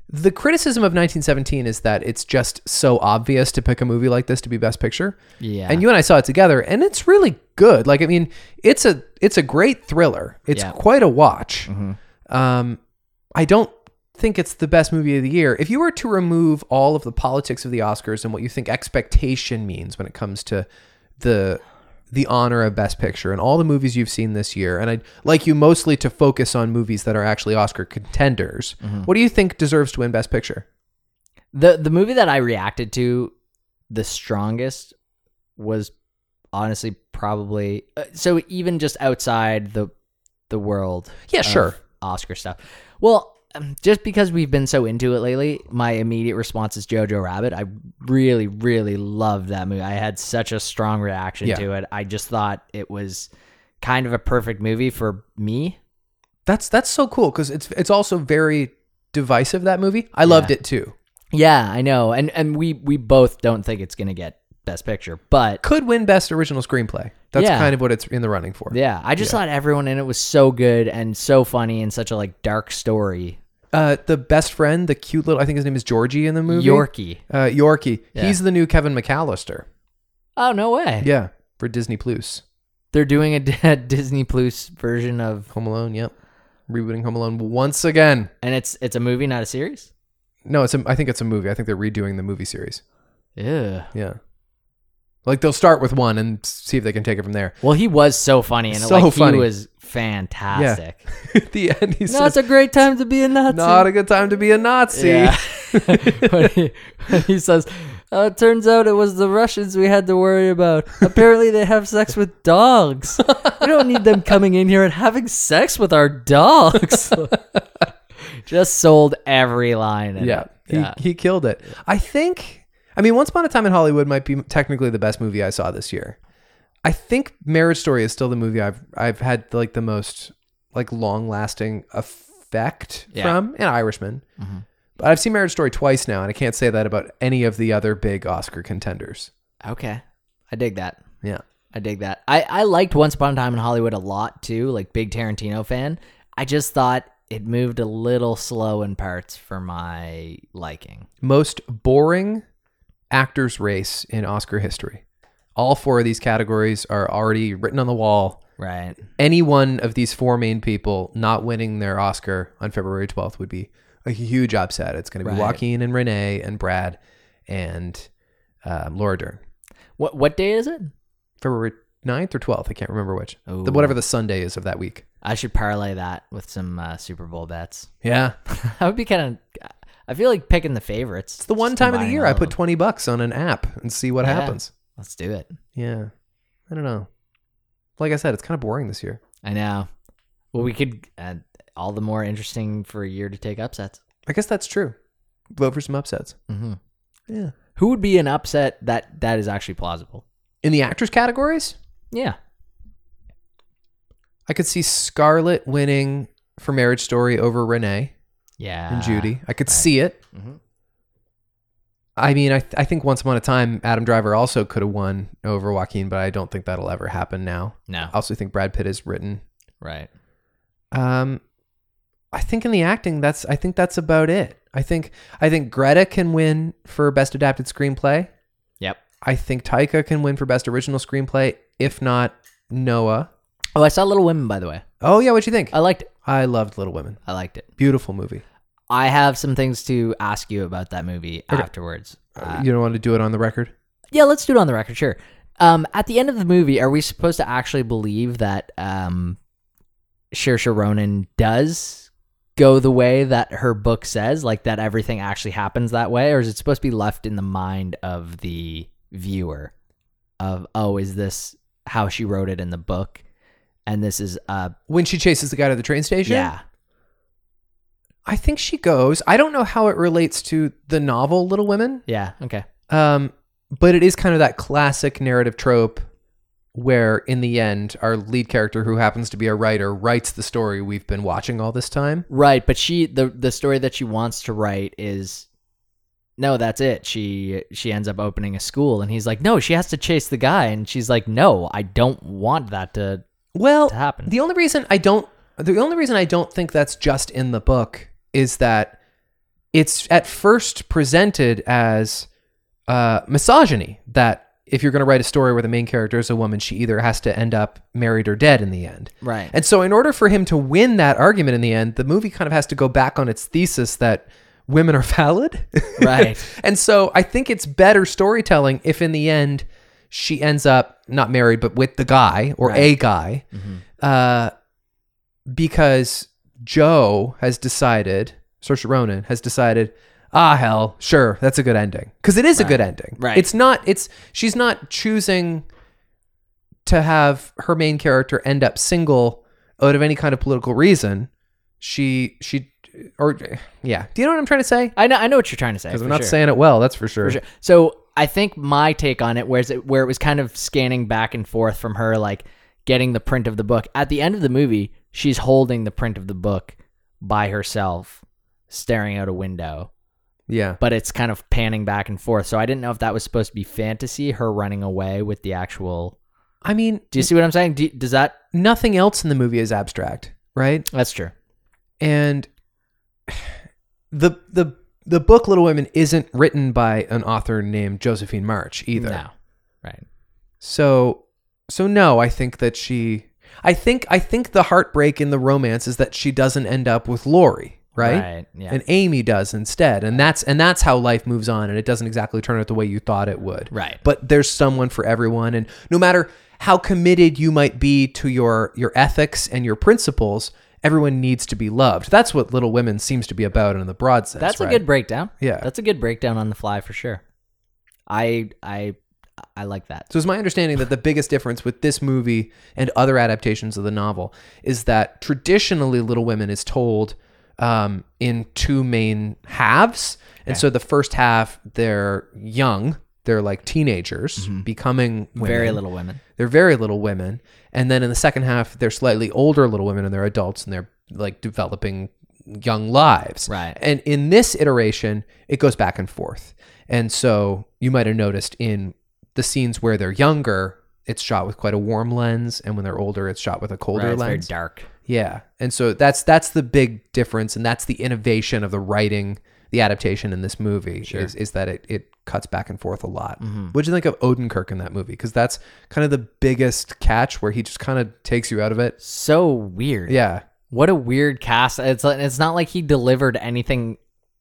Speaker 4: The criticism of 1917 is that it's just so obvious to pick a movie like this to be Best Picture.
Speaker 2: Yeah.
Speaker 4: And you and I saw it together, and it's really good. Like, I mean, it's a it's a great thriller. It's
Speaker 2: Yeah.
Speaker 4: quite a watch.
Speaker 2: Mhm.
Speaker 4: Um, I don't think it's the best movie of the year. If you were to remove all of the politics of the Oscars and what you think expectation means when it comes to the the honor of Best Picture and all the movies you've seen this year, and I'd like you mostly to focus on movies that are actually Oscar contenders.
Speaker 2: Mm-hmm.
Speaker 4: What do you think deserves to win Best Picture?
Speaker 2: The the movie that I reacted to the strongest was honestly probably uh, so even just outside the the world.
Speaker 4: Yeah,
Speaker 2: of
Speaker 4: sure.
Speaker 2: Oscar stuff. Well, um, just because we've been so into it lately, my immediate response is Jojo Rabbit. I really really loved that movie. I had such a strong reaction
Speaker 4: Yeah.
Speaker 2: to it. I just thought it was kind of a perfect movie for me.
Speaker 4: That's that's so cool because it's it's also very divisive. That movie, I loved it too.
Speaker 2: Yeah, I know. And and we we both don't think it's going to get best picture, but
Speaker 4: Could win Best Original Screenplay. That's
Speaker 2: Yeah.
Speaker 4: kind of what it's in the running for.
Speaker 2: Yeah, I just thought everyone in it was so good and so funny and such a like dark story.
Speaker 4: Uh, the best friend, the cute little, I think his name is Georgie in the movie.
Speaker 2: Yorkie.
Speaker 4: Uh, Yorkie.
Speaker 2: Yeah.
Speaker 4: He's the new Kevin McAllister.
Speaker 2: Oh no way!
Speaker 4: Yeah, for Disney Plus.
Speaker 2: They're doing a, D- a *laughs* Disney Plus version of,
Speaker 4: Home Alone. Yep, rebooting Home Alone once again.
Speaker 2: and it's it's a movie, not a series.
Speaker 4: No, it's a, I think it's a movie. I think they're redoing the movie series.
Speaker 2: Yeah.
Speaker 4: Yeah, like they'll start with one and see if they can take it from there. *laughs*
Speaker 2: Well, he was so funny, and
Speaker 4: So
Speaker 2: like
Speaker 4: funny.
Speaker 2: he was fantastic.
Speaker 4: At the end, he
Speaker 2: No, it's
Speaker 4: says,
Speaker 2: a great time to be a Nazi.
Speaker 4: "Not a good time to be a Nazi." *laughs*
Speaker 2: Yeah. *laughs* when, he, when he says, oh, it turns out it was the Russians we had to worry about. Apparently, they have sex with dogs. We don't need them coming in here and having sex with our dogs. *laughs* Just sold every line. in
Speaker 4: Yeah,
Speaker 2: it.
Speaker 4: he,
Speaker 2: yeah.
Speaker 4: he killed it. I think. I mean, Once Upon a Time in Hollywood might be technically the best movie I saw this year. I think Marriage Story is still the movie I've I've had like the most like long lasting effect
Speaker 2: Yeah. Mm-hmm.
Speaker 4: from, and Irishman. But I've seen Marriage Story twice now, and I can't say that about any of the other big Oscar contenders.
Speaker 2: Okay, I dig that.
Speaker 4: Yeah,
Speaker 2: I dig that. I, I liked Once Upon a Time in Hollywood a lot too, like big Tarantino fan. I just thought it moved a little slow in parts for my liking.
Speaker 4: most boring actors race in Oscar history. All four of these categories are already written on the wall.
Speaker 2: Right.
Speaker 4: any one of these four main people not winning their Oscar on February 12th would be a huge upset. It's going to be
Speaker 2: Right.
Speaker 4: Joaquin and Renee and Brad and um, Laura Dern.
Speaker 2: What what day is it?
Speaker 4: February 9th or 12th, I can't remember which.
Speaker 2: Ooh.
Speaker 4: The, whatever the Sunday is of that week.
Speaker 2: I should parlay that with some uh, Super Bowl bets. *laughs*
Speaker 4: Yeah.
Speaker 2: I would be kind of. I feel like picking the favorites.
Speaker 4: It's the one time of the year I put 20 bucks on an app and see what
Speaker 2: Yeah.
Speaker 4: happens.
Speaker 2: Let's do it.
Speaker 4: Yeah. I don't know. Like I said, it's kind of boring this year.
Speaker 2: I know. Well, we could. Uh, all the more interesting for a year to take upsets.
Speaker 4: I guess that's true. Vote for some upsets.
Speaker 2: Mm-hmm.
Speaker 4: Yeah.
Speaker 2: Who would be an upset that that is actually plausible?
Speaker 4: In the actors categories?
Speaker 2: Yeah.
Speaker 4: I could see Scarlett winning for Marriage Story over Renee
Speaker 2: Yeah.
Speaker 4: and Judy. I could see it.
Speaker 2: Mhm.
Speaker 4: I mean, I, th- I think once upon a time, Adam Driver also could have won over Joaquin, but I don't think that'll ever happen now.
Speaker 2: No.
Speaker 4: I also think Brad Pitt is written.
Speaker 2: Right.
Speaker 4: Um, I think in the acting, that's I think that's about it. I think I think Greta can win for best adapted screenplay.
Speaker 2: Yep.
Speaker 4: I think Taika can win for best original screenplay. If not, Noah.
Speaker 2: Oh, I saw Little Women by the way.
Speaker 4: Oh yeah, what you think?
Speaker 2: I liked it.
Speaker 4: I loved Little Women.
Speaker 2: I liked it.
Speaker 4: Beautiful movie.
Speaker 2: I have some things to ask you about that movie
Speaker 4: Okay.
Speaker 2: afterwards.
Speaker 4: Uh, you don't want to do it on the record?
Speaker 2: Yeah, let's do it on the record, sure. Um, at the end of the movie, are we supposed to actually believe that um, Saoirse Ronan does go the way that her book says, like that everything actually happens that way, or is it supposed to be left in the mind of the viewer? of oh, is this how she wrote it in the book? And this is uh
Speaker 4: When she chases the guy to the train station,
Speaker 2: yeah.
Speaker 4: I think she goes. I don't know how it relates to the novel Little Women,
Speaker 2: Yeah. Okay.
Speaker 4: um, but it is kind of that classic narrative trope where, in the end, our lead character, who happens to be a writer, writes the story we've been watching all this time.
Speaker 2: Right, but she the the story that she wants to write is no, that's it. She she ends up opening a school and he's like, "No, she has to chase the guy." And she's like, "No, I don't want that to
Speaker 4: Well,
Speaker 2: to happen."
Speaker 4: The only reason I don't the only reason I don't think that's just in the book is that it's at first presented as uh, misogyny that if you're going to write a story where the main character is a woman, she either has to end up married or dead in the end.
Speaker 2: right.
Speaker 4: And so, in order for him to win that argument in the end, the movie kind of has to go back on its thesis that women are valid.
Speaker 2: *laughs*
Speaker 4: *laughs*
Speaker 2: Right.
Speaker 4: and so, I think it's better storytelling if in the end she ends up not married, but with the guy or a guy,
Speaker 2: Mm-hmm.
Speaker 4: uh, because Joe has decided, Saoirse Ronan has decided. Ah hell, sure, that's a good ending. Because it is a good ending.
Speaker 2: Right.
Speaker 4: It's not. It's she's not choosing to have her main character end up single out of any kind of political reason, she she or yeah. Do you know what I'm trying to say?
Speaker 2: I know I know what you're trying to say.
Speaker 4: Because
Speaker 2: for
Speaker 4: I'm not
Speaker 2: sure.
Speaker 4: saying it well, that's for sure.
Speaker 2: For sure. So I think my take on it, whereas it, where it was kind of scanning back and forth from her, like getting the print of the book. At the end of the movie, she's holding the print of the book by herself, staring out a window.
Speaker 4: Yeah.
Speaker 2: But it's kind of panning back and forth. So I didn't know if that was supposed to be fantasy, her running away with the actual.
Speaker 4: I mean,
Speaker 2: Do you see what I'm saying? Do, does that?
Speaker 4: nothing else in the movie is abstract, right?
Speaker 2: That's true.
Speaker 4: And *sighs* the the the book Little Women isn't written by an author named Josephine March either.
Speaker 2: No. Right.
Speaker 4: So so no, I think that she I think I think the heartbreak in the romance is that she doesn't end up with Lori,
Speaker 2: Right. Yeah.
Speaker 4: and Amy does instead, and that's and that's how life moves on, and it doesn't exactly turn out the way you thought it would.
Speaker 2: Right.
Speaker 4: But there's someone for everyone, and no matter how committed you might be to your your ethics and your principles, everyone needs to be loved. That's what Little Women seems to be about in the broad sense.
Speaker 2: That's a
Speaker 4: right?
Speaker 2: good breakdown.
Speaker 4: Yeah.
Speaker 2: That's a good breakdown on the fly for sure. I I I like that.
Speaker 4: So it's my understanding that the biggest difference with this movie and other adaptations of the novel is that traditionally Little Women is told um, in two main halves. And so the first half, they're young, they're like teenagers becoming women.
Speaker 2: Very little women.
Speaker 4: They're very little women. And then in the second half, they're slightly older little women and they're adults and they're like developing young lives.
Speaker 2: Right.
Speaker 4: And in this iteration, it goes back and forth. And so you might have noticed in the scenes where they're younger, it's shot with quite a warm lens. And when they're older, it's shot with a colder
Speaker 2: Right, it's very
Speaker 4: lens.
Speaker 2: dark.
Speaker 4: Yeah. And so that's that's the big difference and that's the innovation of the writing, the adaptation in this movie is, is that it, it cuts back and forth a lot. What'd you think of Odenkirk in that movie? Because that's kind of the biggest catch where he just kind of takes you out of it.
Speaker 2: So weird.
Speaker 4: Yeah.
Speaker 2: What a weird cast. It's like, it's not like he delivered anything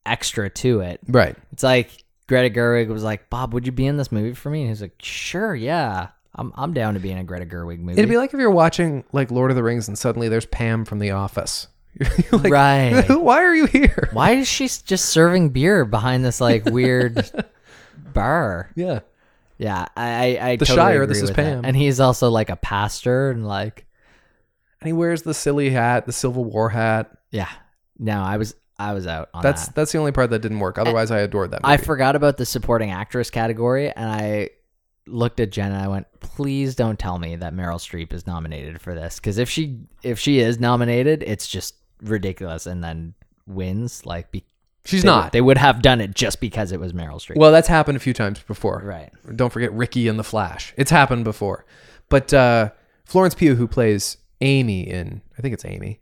Speaker 2: extra to it.
Speaker 4: Right.
Speaker 2: It's like Greta Gerwig was like, "Bob, would you be in this movie for me?" And he's like, "Sure, yeah. I'm I'm down to be in a Greta Gerwig movie."
Speaker 4: It'd be like if you're watching like Lord of the Rings and suddenly there's Pam from The Office. *laughs* You're like,
Speaker 2: Right.
Speaker 4: *laughs* Why are you here?
Speaker 2: Why is she s- just serving beer behind this like
Speaker 4: *laughs*
Speaker 2: weird bar?
Speaker 4: Yeah.
Speaker 2: Yeah, I I, I
Speaker 4: The
Speaker 2: totally
Speaker 4: Shire,
Speaker 2: agree
Speaker 4: this is
Speaker 2: with that.
Speaker 4: Pam.
Speaker 2: and he's also like a pastor and like
Speaker 4: And he wears the silly hat, the Civil War hat.
Speaker 2: yeah. No, I was I was out on
Speaker 4: That's
Speaker 2: that.
Speaker 4: that's the only part that didn't work. Otherwise, I adored that movie.
Speaker 2: I forgot about the supporting actress category, and I looked at Jen and I went, "Please don't tell me that Meryl Streep is nominated for this, because if she if she is nominated, it's just ridiculous." And then wins like be,
Speaker 4: She's
Speaker 2: they,
Speaker 4: not.
Speaker 2: They would have done it just because it was Meryl Streep.
Speaker 4: Well, that's happened a few times before.
Speaker 2: Right.
Speaker 4: Don't forget Ricky and the Flash. It's happened before. But uh, Florence Pugh, who plays Amy in, I think it's Amy,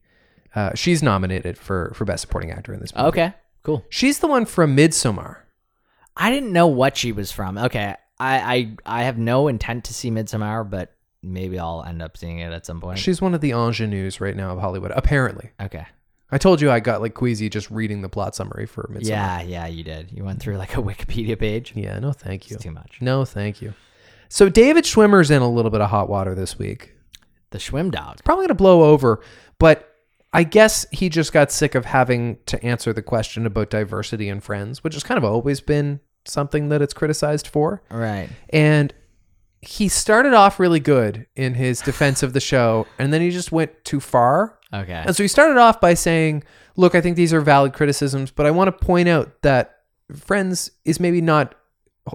Speaker 4: uh, she's nominated for, for Best Supporting Actor in this movie.
Speaker 2: okay, cool.
Speaker 4: She's the one from Midsommar.
Speaker 2: I didn't know what she was from. Okay, I I, I have no intent to see Midsommar, but maybe I'll end up seeing it at some point.
Speaker 4: She's one of the ingenues right now of Hollywood, apparently.
Speaker 2: okay.
Speaker 4: I told you I got like queasy just reading the plot summary for Midsommar.
Speaker 2: Yeah, yeah, you did. You went through like a *laughs* Wikipedia page.
Speaker 4: Yeah, no, thank you.
Speaker 2: It's too much.
Speaker 4: No, thank you. So David Schwimmer's in a little bit of hot water this week.
Speaker 2: The Schwim Dog.
Speaker 4: probably going to blow over, but I guess he just got sick of having to answer the question about diversity in friends, which has kind of always been something that it's criticized for.
Speaker 2: Right.
Speaker 4: And he started off really good in his defense of the show, and then he just went too far.
Speaker 2: Okay.
Speaker 4: And so he started off by saying, "Look, I think these are valid criticisms, but I want to point out that Friends is maybe not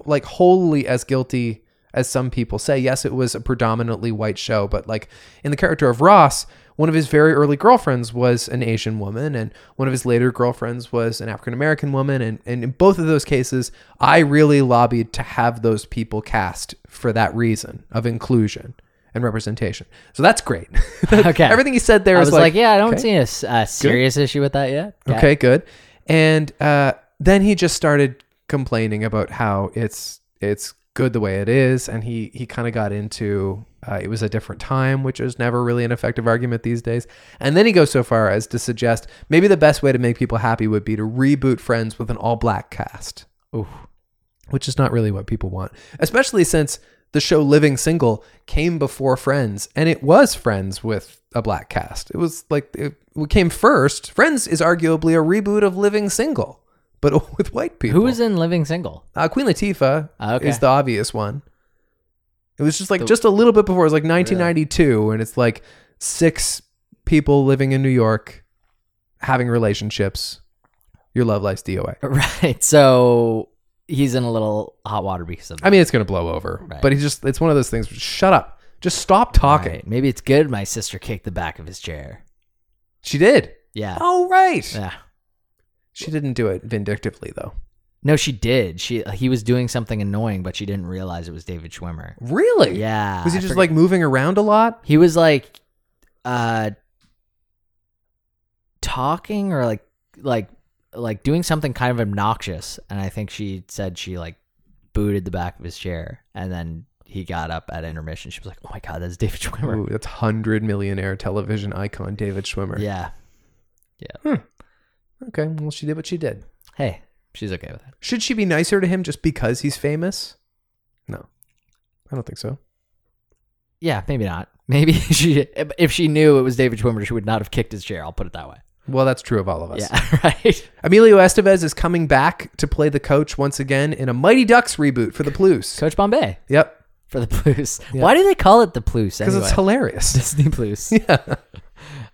Speaker 4: like wholly as guilty as some people say. Yes, it was a predominantly white show, but like in the character of Ross, one of his very early girlfriends was an Asian woman, and one of his later girlfriends was an African American woman. And, and in both of those cases, I really lobbied to have those people cast for that reason of inclusion and representation. So that's great. *laughs*
Speaker 2: Okay.
Speaker 4: Everything he said there
Speaker 2: I
Speaker 4: is
Speaker 2: was like, yeah, I don't
Speaker 4: okay.
Speaker 2: see a s- a, serious issue with that yet.
Speaker 4: Okay, good. And uh, then he just started complaining about how it's it's good the way it is, and he he kind of got into uh, it was a different time, which is never really an effective argument these days. And then he goes so far as to suggest maybe the best way to make people happy would be to reboot Friends with an all black cast
Speaker 2: Oof.
Speaker 4: which is not really what people want, especially since the show Living Single came before Friends, and it was Friends with a black cast. It was like it it came first. Friends is arguably a reboot of Living Single, but *laughs* with white people.
Speaker 2: Who is in Living Single? *laughs*
Speaker 4: Uh, Queen Latifah
Speaker 2: Ah, okay.
Speaker 4: is the obvious one. It was just like just a little bit before. It was like 1992, and it's like six people living in New York, having relationships. Your love life's DOA.
Speaker 2: Right. So he's in a little hot water because of that.
Speaker 4: I mean, it's going to blow over.
Speaker 2: Right.
Speaker 4: But he's just, it's one of those things. Shut up. Just stop talking.
Speaker 2: Right. Maybe it's good my sister kicked the back of his chair.
Speaker 4: She did.
Speaker 2: Yeah.
Speaker 4: Oh, right.
Speaker 2: Yeah.
Speaker 4: She didn't do it vindictively, though.
Speaker 2: No, she did. She he was doing something annoying, but she didn't realize it was David Schwimmer.
Speaker 4: Really?
Speaker 2: Yeah.
Speaker 4: Was he
Speaker 2: I
Speaker 4: just
Speaker 2: forget-
Speaker 4: like moving around
Speaker 2: *laughs*
Speaker 4: a lot?
Speaker 2: he was like uh talking or like like like doing something kind of obnoxious and I think she said she like booted the back of his chair and then he got up at intermission. She was like, "Oh my god, that's David Schwimmer."
Speaker 4: Ooh, that's 100 millionaire television icon David Schwimmer.
Speaker 2: Yeah.
Speaker 4: Okay. Well, she did what she did.
Speaker 2: Hey, she's okay with it.
Speaker 4: Should she be nicer to him just because he's famous? No. I don't think so.
Speaker 2: Yeah, maybe not. *laughs* Maybe she, if she knew it was David Schwimmer, she would not have kicked his chair. I'll put it that way.
Speaker 4: Well, that's true of all of us.
Speaker 2: Yeah, *laughs* right.
Speaker 4: Emilio Estevez is coming back to play the coach once again in a Mighty Ducks reboot for the Blues.
Speaker 2: Coach Bombay
Speaker 4: Yep.
Speaker 2: for the *laughs* Blues. Why do they call it the Blues?
Speaker 4: Because
Speaker 2: Because *laughs*
Speaker 4: it's hilarious.
Speaker 2: Disney Blues.
Speaker 4: yeah.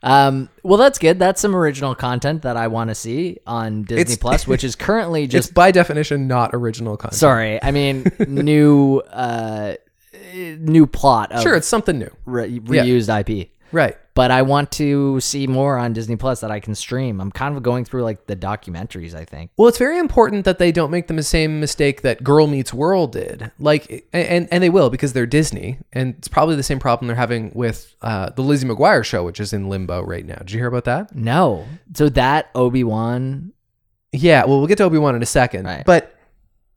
Speaker 2: Um, well, that's good. That's some original content that I want to see on Disney
Speaker 4: It's-
Speaker 2: Plus, which is currently just
Speaker 4: *laughs* it's by definition not original content.
Speaker 2: sorry. I
Speaker 4: *laughs*
Speaker 2: mean, new, uh, new plot. Of
Speaker 4: Sure, it's something new.
Speaker 2: re- reused IP.
Speaker 4: Right.
Speaker 2: but I want to see more on Disney Plus that I can stream. I'm kind of going through like the documentaries, I think.
Speaker 4: Well, it's very important that they don't make the same mistake that Girl Meets World did. Like, and and they will because they're Disney, and it's probably the same problem they're having with uh, the Lizzie McGuire show, which is in limbo right now. Did you hear about that?
Speaker 2: No. So that Obi-Wan
Speaker 4: Yeah, well, we'll get to Obi Wan in a second.
Speaker 2: Right.
Speaker 4: But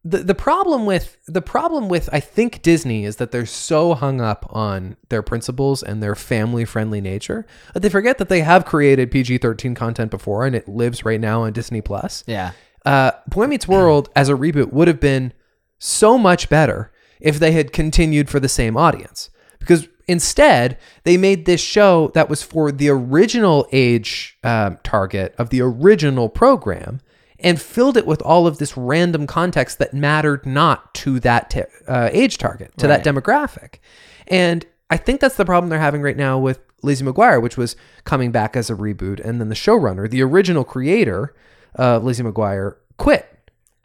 Speaker 4: the the problem with the problem with I think Disney is that they're so hung up on their principles and their family friendly nature that they forget that they have created PG thirteen content before and it lives right now on Disney Plus.
Speaker 2: Yeah.
Speaker 4: Uh, Boy Meets World as a reboot would have been so much better if they had continued for the same audience because. Instead, they made this show that was for the original age um, target of the original program, and filled it with all of this random context that mattered not to that t- uh, age target, to that demographic. And I think that's the problem they're having right now with Lizzie McGuire, which was coming back as a reboot. And then the showrunner, the original creator of Lizzie McGuire, quit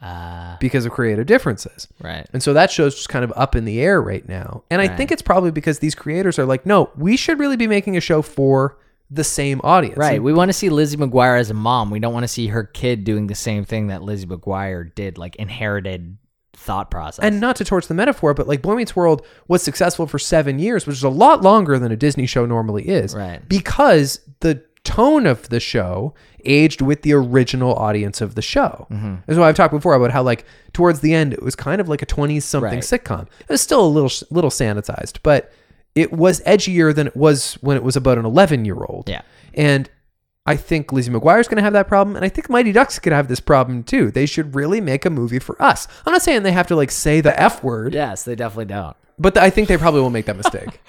Speaker 2: Uh
Speaker 4: because of creative differences.
Speaker 2: right.
Speaker 4: And so that show's just kind of up in the air right now. And I think it's probably because these creators are like, no, we should really be making a show for the same audience.
Speaker 2: Right. We want to see Lizzie McGuire as a mom. We don't want to see her kid doing the same thing that Lizzie McGuire did, like inherited thought process.
Speaker 4: and not to torch the metaphor, but like Boy Meets World was successful for seven years, which is a lot longer than a Disney show normally is.
Speaker 2: Right.
Speaker 4: Because the tone of the show aged with the original audience of the show.
Speaker 2: Mm-hmm.
Speaker 4: That's why I've talked before about how like towards the end it was kind of like a 20 something
Speaker 2: Right.
Speaker 4: sitcom. It was still a little little sanitized, but it was edgier than it was when it was about an 11 year old.
Speaker 2: Yeah.
Speaker 4: And I think Lizzie McGuire's going to have that problem, and I think Mighty Ducks could have this problem too. They should really make a movie for us. I'm not saying they have to like say the f word,
Speaker 2: yes, they definitely don't.
Speaker 4: But I think they probably will make
Speaker 2: *laughs*
Speaker 4: that mistake.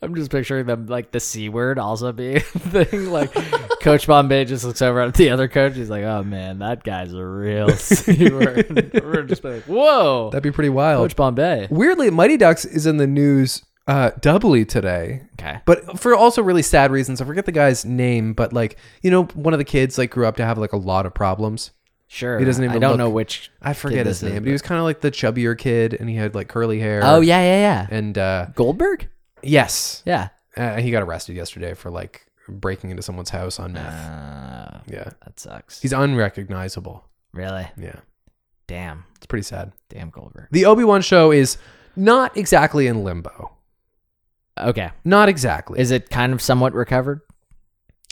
Speaker 2: I'm just picturing them like the C word also being *laughs* a thing. Like Coach Bombay just looks over at the other coach. He's like, oh man, that guy's a real *laughs* C word. We're just like, whoa,
Speaker 4: That'd be pretty wild.
Speaker 2: Coach Bombay.
Speaker 4: Weirdly, Mighty Ducks is in the news uh, doubly today.
Speaker 2: Okay.
Speaker 4: But for also really sad reasons. I forget the guy's name, but like, you know, one of the kids like grew up to have like a lot of problems.
Speaker 2: Sure.
Speaker 4: He doesn't
Speaker 2: I
Speaker 4: even
Speaker 2: don't
Speaker 4: look-
Speaker 2: know which. *laughs*
Speaker 4: I forget
Speaker 2: Kid
Speaker 4: his
Speaker 2: this is,
Speaker 4: name, but he was kind of like the chubbier kid and he had like curly hair.
Speaker 2: Oh yeah, yeah, yeah.
Speaker 4: And uh,
Speaker 2: Goldberg.
Speaker 4: yes,
Speaker 2: Yeah.
Speaker 4: uh, he got arrested yesterday for like breaking into someone's house on meth.
Speaker 2: Uh,
Speaker 4: yeah.
Speaker 2: that sucks.
Speaker 4: He's unrecognizable.
Speaker 2: really
Speaker 4: Yeah.
Speaker 2: damn,
Speaker 4: It's pretty sad.
Speaker 2: damn Goldberg.
Speaker 4: The Obi Wan show is not exactly in limbo.
Speaker 2: Okay.
Speaker 4: Not exactly.
Speaker 2: Is it kind of somewhat recovered?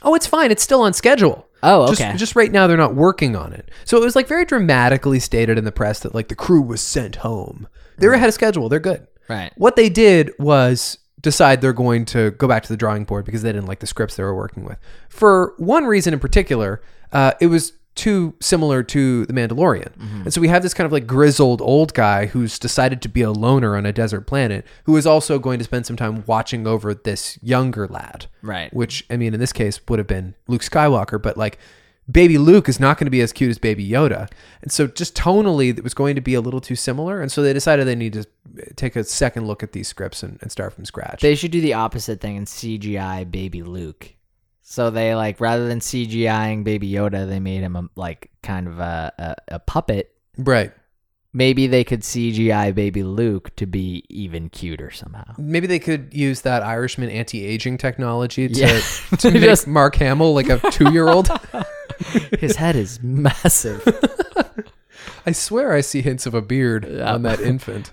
Speaker 4: oh, it's fine. It's still on schedule.
Speaker 2: Oh, okay.
Speaker 4: Just, just right now, they're not working on it. So it was like very dramatically stated in the press that like the crew was sent home. They
Speaker 2: Hmm.
Speaker 4: were ahead of schedule. They're good.
Speaker 2: right.
Speaker 4: What they did was decide they're going to go back to the drawing board because they didn't like the scripts they were working with. For one reason in particular, uh, it was too similar to The Mandalorian.
Speaker 2: Mm-hmm.
Speaker 4: And so we have this kind of like grizzled old guy who's decided to be a loner on a desert planet who is also going to spend some time watching over this younger lad.
Speaker 2: Right.
Speaker 4: Which, I mean, in this case would have been Luke Skywalker, but like baby Luke is not going to be as cute as baby Yoda. And so just tonally, it was going to be a little too similar. And so they decided they need to take a second look at these scripts and, and start from scratch.
Speaker 2: They should do the opposite thing and CGI Baby Luke. So they like rather than CGIing Baby Yoda, they made him a, like kind of a, a, a puppet.
Speaker 4: right.
Speaker 2: Maybe they could CGI Baby Luke to be even cuter somehow.
Speaker 4: Maybe they could use that Irishman anti-aging technology to,
Speaker 2: Yeah.
Speaker 4: *laughs*
Speaker 2: *laughs*
Speaker 4: to make
Speaker 2: Just-
Speaker 4: Mark Hamill like a
Speaker 2: *laughs*
Speaker 4: two-year-old.
Speaker 2: His head is massive.
Speaker 4: *laughs* I swear I see hints of a beard on
Speaker 2: *laughs*
Speaker 4: that infant.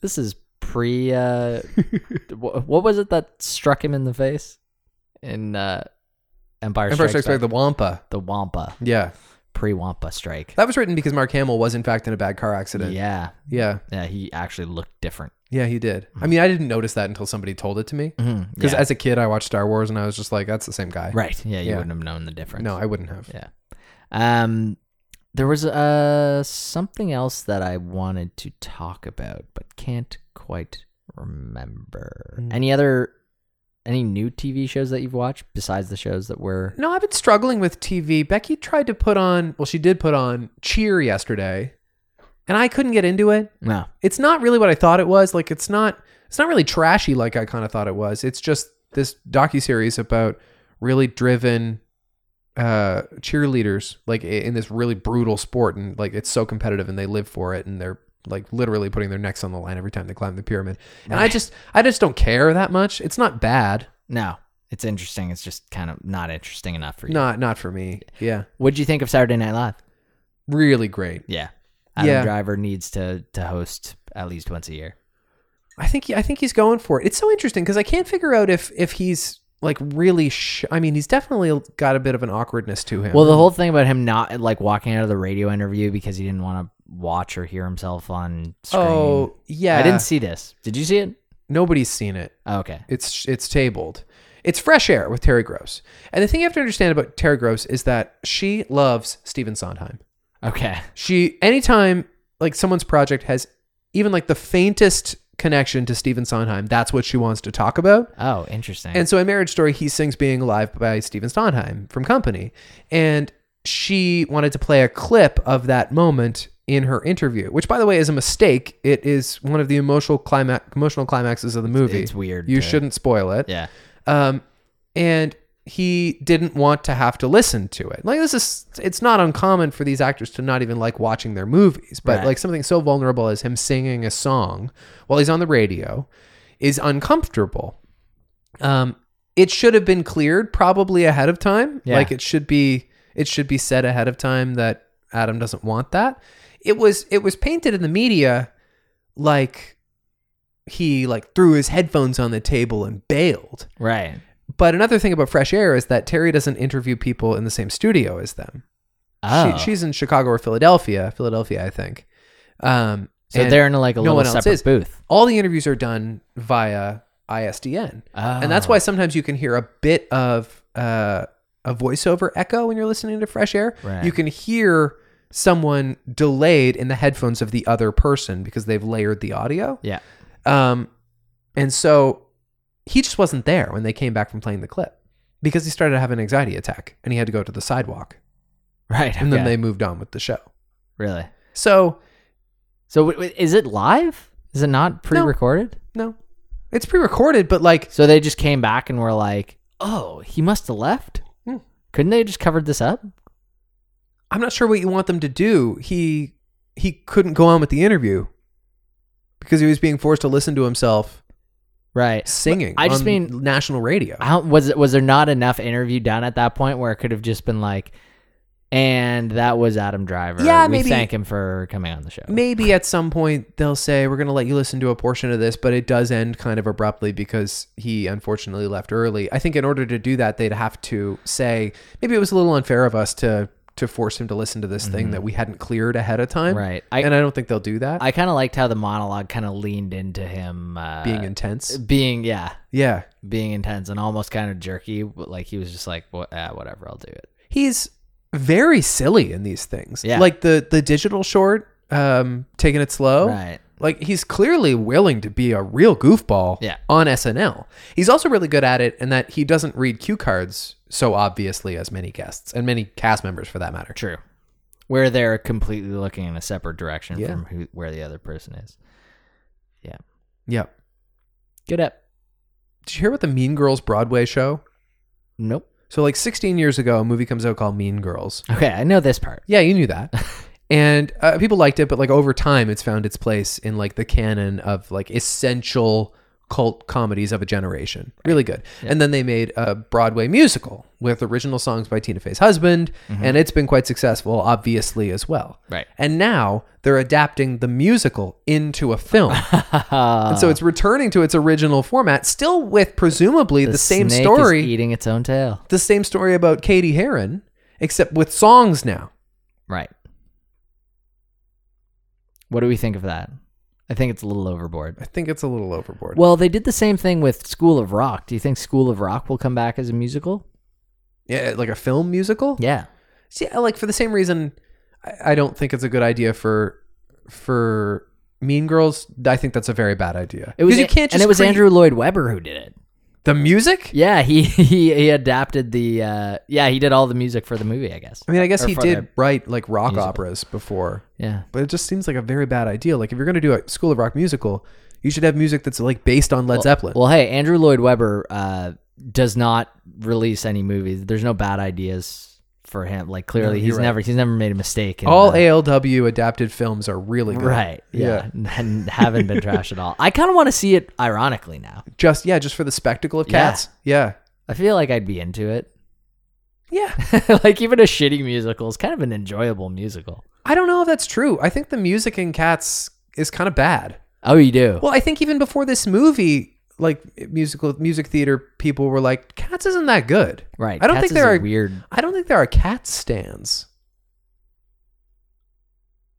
Speaker 2: this is pre. Uh, wh- what was it that struck him in the face in uh, Empire,
Speaker 4: And first I
Speaker 2: Strikes Back?
Speaker 4: expect the Wampa.
Speaker 2: the Wampa
Speaker 4: Yeah.
Speaker 2: pre Wampa strike.
Speaker 4: That was written because Mark Hamill was in fact in a bad car accident.
Speaker 2: Yeah,
Speaker 4: Yeah.
Speaker 2: yeah, he actually looked different.
Speaker 4: Yeah, he did.
Speaker 2: Hmm.
Speaker 4: I mean, I didn't notice that until somebody told it to me.
Speaker 2: Mhm,
Speaker 4: Because
Speaker 2: yeah.
Speaker 4: Mm-hmm. as a kid, I watched Star Wars and I was just like, that's the same guy.
Speaker 2: Right. Yeah, you
Speaker 4: Yeah.
Speaker 2: wouldn't have known the difference.
Speaker 4: No, I wouldn't have.
Speaker 2: Yeah. Um there was uh something else that I wanted to talk about but can't quite remember.
Speaker 4: Mm.
Speaker 2: Any other any new TV shows that you've watched besides the shows that were
Speaker 4: No, I've been struggling with TV. Becky tried to put on, well, she did put on Cheer yesterday, and I couldn't get into it.
Speaker 2: No.
Speaker 4: It's not really what I thought it was. Like, it's not, it's not really trashy like I kind of thought it was. It's just this docu series about really driven uh cheerleaders like i- in this really brutal sport and like it's so competitive and they live for it and they're like literally putting their necks on the line every time they climb the pyramid and i just i just don't care that much it's not bad
Speaker 2: No. It's interesting. It's just kind of not interesting enough for you.
Speaker 4: not not for me yeah
Speaker 2: What'd you think of Saturday Night Live?
Speaker 4: really great
Speaker 2: Yeah. Adam
Speaker 4: Yeah.
Speaker 2: Driver needs to to host at least once a year.
Speaker 4: I think I think he's going for it. It's so interesting because I can't figure out if if he's like really. Sh- I mean, he's definitely got a bit of an awkwardness to him.
Speaker 2: Well, the whole thing about him not like walking out of the radio interview because he didn't want to watch or hear himself on screen.
Speaker 4: oh yeah,
Speaker 2: I didn't see this. Did you see it?
Speaker 4: Nobody's seen it.
Speaker 2: Oh, okay.
Speaker 4: It's it's tabled. It's fresh air with Terry Gross. And the thing you have to understand about Terry Gross is that she loves Stephen Sondheim.
Speaker 2: Okay. *laughs*
Speaker 4: She anytime like someone's project has even like the faintest connection to Stephen Sondheim, that's what she wants to talk about.
Speaker 2: Oh, interesting.
Speaker 4: And so in Marriage Story, he sings Being Alive by Stephen Sondheim from Company. And she wanted to play a clip of that moment in her interview, which, by the way, is a mistake. It is one of the emotional, clima- emotional climaxes of the movie.
Speaker 2: it's weird
Speaker 4: You
Speaker 2: to-
Speaker 4: shouldn't spoil it.
Speaker 2: yeah.
Speaker 4: Um, and he didn't want to have to listen to it. Like this is it's not uncommon for these actors to not even like watching their movies, but
Speaker 2: Right.
Speaker 4: like something so vulnerable as him singing a song while he's on the radio is uncomfortable. Um it should have been cleared probably ahead of time.
Speaker 2: Yeah.
Speaker 4: Like it should be it should be said ahead of time that Adam doesn't want that. It was it was painted in the media like he like threw his headphones on the table and bailed.
Speaker 2: Right.
Speaker 4: But another thing about Fresh Air is that Terry doesn't interview people in the same studio as them.
Speaker 2: Oh.
Speaker 4: She, she's in Chicago or Philadelphia, Philadelphia, I think. Um,
Speaker 2: so
Speaker 4: and
Speaker 2: they're in like a
Speaker 4: no one
Speaker 2: little
Speaker 4: else
Speaker 2: separate
Speaker 4: is.
Speaker 2: booth.
Speaker 4: all the interviews are done via ISDN, and that's
Speaker 2: Ah. Oh.
Speaker 4: why sometimes you can hear a bit of uh, a voiceover echo when you're listening to Fresh Air.
Speaker 2: Right.
Speaker 4: You can hear someone delayed in the headphones of the other person because they've layered the audio.
Speaker 2: Yeah.
Speaker 4: Um, And so he just wasn't there when they came back from playing the clip because he started having an anxiety attack and he had to go to the sidewalk.
Speaker 2: Right.
Speaker 4: And then
Speaker 2: okay.
Speaker 4: they moved on with the show.
Speaker 2: really.
Speaker 4: So,
Speaker 2: So w- w- is it live? Is it not pre-recorded?
Speaker 4: no, it's pre recorded, but like,
Speaker 2: So they just came back and were like, "Oh, he must have left."
Speaker 4: Hmm.
Speaker 2: Couldn't they have just covered this up?
Speaker 4: I'm not sure what you want them to do. He he couldn't go on with the interview because he was being forced to listen to himself
Speaker 2: Right.
Speaker 4: singing
Speaker 2: I just
Speaker 4: on
Speaker 2: mean-
Speaker 4: national radio.
Speaker 2: How, was it was there not enough interview done at that point where it could have just been like, and that was Adam Driver.
Speaker 4: Yeah,
Speaker 2: we
Speaker 4: maybe-
Speaker 2: thank him for coming on the show.
Speaker 4: Maybe at some point they'll say we're going to let you listen to a portion of this, but it does end kind of abruptly because he unfortunately left early. I think in order to do that, they'd have to say maybe it was a little unfair of us to to force him to listen to this thing that we hadn't cleared ahead of time.
Speaker 2: Mm-hmm. Right. I-
Speaker 4: and uh, I don't think they'll do that.
Speaker 2: I kind of liked how the monologue kind of leaned into him uh,
Speaker 4: being intense.
Speaker 2: being yeah,
Speaker 4: Yeah.
Speaker 2: being intense and almost kind of jerky. but, Like he was just like, "What? ah, whatever, I'll do it."
Speaker 4: he's very silly in these things.
Speaker 2: Yeah.
Speaker 4: Like the the digital short, um, taking it slow.
Speaker 2: Right.
Speaker 4: Like he's clearly willing to be a real goofball
Speaker 2: Yeah.
Speaker 4: on SNL. He's also really good at it in that he doesn't read cue cards so obviously as many guests and many cast members for that matter.
Speaker 2: True. Where they're completely looking in a separate direction
Speaker 4: Yeah.
Speaker 2: from who, where the other person is.
Speaker 4: Yep.
Speaker 2: Good up.
Speaker 4: Did you hear about the Mean Girls Broadway show?
Speaker 2: Nope.
Speaker 4: So like 16 years ago, a movie comes out called Mean Girls.
Speaker 2: Okay, I know this part.
Speaker 4: Yeah, you knew that. and uh, people liked it, but like over time, it's found its place in like the canon of like essential cult comedies of a generation. Really good. And then they made a Broadway musical with original songs by Tina Fey's husband,
Speaker 2: Mm-hmm.
Speaker 4: and it's been quite successful, obviously as well.
Speaker 2: Right. *laughs*
Speaker 4: And now they're adapting the musical into
Speaker 2: *laughs*
Speaker 4: a film.
Speaker 2: Ah.
Speaker 4: and so it's returning to its original format, still with presumably the, same
Speaker 2: snake is
Speaker 4: story
Speaker 2: eating its own tail.
Speaker 4: the same story about Katie Heron, except with songs now.
Speaker 2: Right. What do we think of that? I think it's a little overboard.
Speaker 4: I think it's a little overboard.
Speaker 2: Well, they did the same thing with School of Rock. Do you think School of Rock will come back as a musical?
Speaker 4: Yeah, like a film musical.
Speaker 2: Yeah.
Speaker 4: See, I- like for the same reason, I, I don't think it's a good idea for for Mean Girls. I think that's a very bad idea.
Speaker 2: It was
Speaker 4: 'Cause you
Speaker 2: An-
Speaker 4: can't just
Speaker 2: and it was
Speaker 4: create-
Speaker 2: Andrew Lloyd Webber who did it.
Speaker 4: the music.
Speaker 2: Yeah, he *laughs* he he adapted the uh yeah, he did all the music for the movie, I guess.
Speaker 4: I mean, I guess
Speaker 2: Or
Speaker 4: he
Speaker 2: for
Speaker 4: did
Speaker 2: the
Speaker 4: write like rock
Speaker 2: musical.
Speaker 4: operas before,
Speaker 2: Yeah.
Speaker 4: but it just seems like a very bad idea. Like if you're going to do a School of Rock musical, you should have music that's like based on Led Zeppelin.
Speaker 2: Well, hey, Andrew Lloyd Webber uh, does not release any movies. There's no bad ideas for him. Like clearly,
Speaker 4: you're
Speaker 2: he's
Speaker 4: right.
Speaker 2: never he's never made a mistake. In
Speaker 4: All
Speaker 2: the-
Speaker 4: ALW adapted films are really good.
Speaker 2: right, yeah, *laughs* and haven't been trash at all. I kind of want to see it. Ironically, now
Speaker 4: Just yeah, just for the spectacle of
Speaker 2: Yeah.
Speaker 4: cats. Yeah.
Speaker 2: I feel like I'd be into it. *laughs*
Speaker 4: Yeah.
Speaker 2: like even a shitty musical is kind of an enjoyable musical.
Speaker 4: I don't know if that's true. I think the music in Cats is kind of bad.
Speaker 2: Oh, you do.
Speaker 4: Well, I think even before this movie, like musical music theater people were like, "Cats isn't that good."
Speaker 2: right.
Speaker 4: I don't
Speaker 2: Cats
Speaker 4: think
Speaker 2: is
Speaker 4: there
Speaker 2: a
Speaker 4: are
Speaker 2: weird.
Speaker 4: I don't think there are cat stands.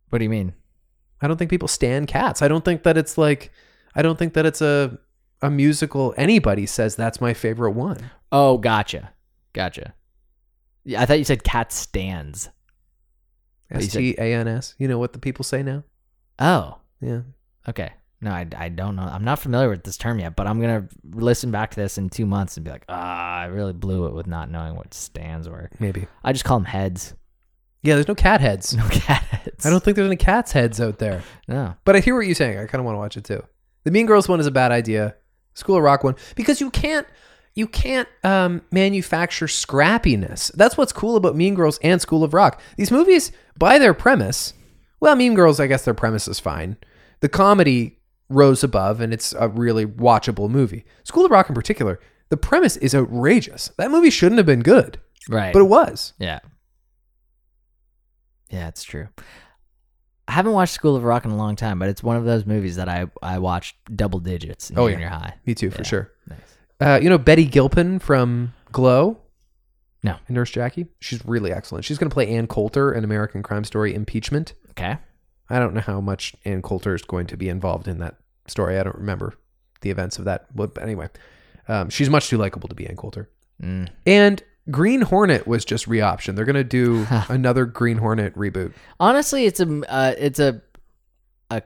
Speaker 2: What do you mean?
Speaker 4: I don't think people stand cats. I don't think that it's like I don't think that it's a a musical anybody says that's my favorite one.
Speaker 2: Oh, gotcha, gotcha. Yeah, I thought you said cat stands. But you
Speaker 4: S
Speaker 2: said-
Speaker 4: T A N S. You know what the people say now?
Speaker 2: Oh,
Speaker 4: Yeah.
Speaker 2: Okay. No, I, I don't know. I'm not familiar with this term yet, but I'm going to listen back to this in two months and be like, ah, I really blew it with not knowing what stands were.
Speaker 4: Maybe.
Speaker 2: I just call them heads. *laughs*
Speaker 4: Yeah, there's no cat heads.
Speaker 2: No cat heads.
Speaker 4: I don't think there's any cats heads out there.
Speaker 2: No.
Speaker 4: But I hear what you're saying. I kind of want to watch it too. The Mean Girls one is a bad idea. School of Rock one because you can't you can't um, manufacture scrappiness. That's what's cool about Mean Girls and School of Rock. These movies, by their premise, well, Mean Girls, I guess their premise is fine. The comedy rose above, and it's a really watchable movie. School of Rock, in particular, the premise is outrageous. That movie shouldn't have been good,
Speaker 2: Right.
Speaker 4: but it was.
Speaker 2: yeah. Yeah, it's true. I haven't watched School of Rock in a long time, but it's one of those movies that I, I watched double digits in
Speaker 4: Oh, yeah.
Speaker 2: junior high.
Speaker 4: Me too, for
Speaker 2: Yeah.
Speaker 4: sure.
Speaker 2: Nice.
Speaker 4: Uh, you know Betty Gilpin from Glow?
Speaker 2: No.
Speaker 4: And Nurse Jackie? She's really excellent. She's going to play Ann Coulter in American Crime Story Impeachment.
Speaker 2: Okay.
Speaker 4: I don't know how much Ann Coulter is going to be involved in that story. I don't remember the events of that. But anyway, um, she's much too likable to be Ann Coulter.
Speaker 2: Mm.
Speaker 4: And Green Hornet was just reoptioned. They're going
Speaker 2: *laughs*
Speaker 4: to do *laughs* another Green Hornet reboot.
Speaker 2: Honestly, it's a uh, it's a a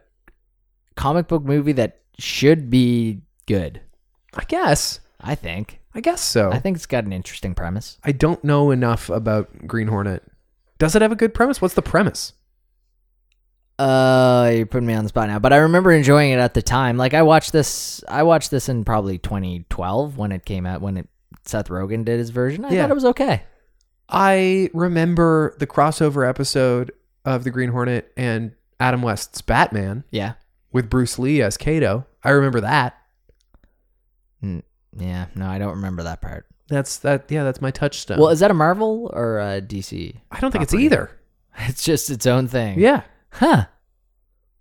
Speaker 2: comic book movie that should be good.
Speaker 4: I guess.
Speaker 2: I think.
Speaker 4: I guess so.
Speaker 2: I think it's got an interesting premise.
Speaker 4: I don't know enough about Green Hornet. Does it have a good premise? What's the premise?
Speaker 2: Uh, you're putting me on the spot now, but I remember enjoying it at the time. Like I watched this, I watched this in probably 2012 when it came out. When it, Seth Rogen did his version, I
Speaker 4: Yeah.
Speaker 2: thought it was okay.
Speaker 4: I remember the crossover episode of the Green Hornet and Adam West's Batman
Speaker 2: Yeah,
Speaker 4: with Bruce Lee as Kato. I remember that.
Speaker 2: Mm, yeah. No, I don't remember that part.
Speaker 4: That's that. Yeah, that's my touchstone.
Speaker 2: Well, is that a Marvel or a DC?
Speaker 4: I don't think
Speaker 2: property.
Speaker 4: it's either.
Speaker 2: *laughs* It's just its own thing.
Speaker 4: Yeah.
Speaker 2: Huh.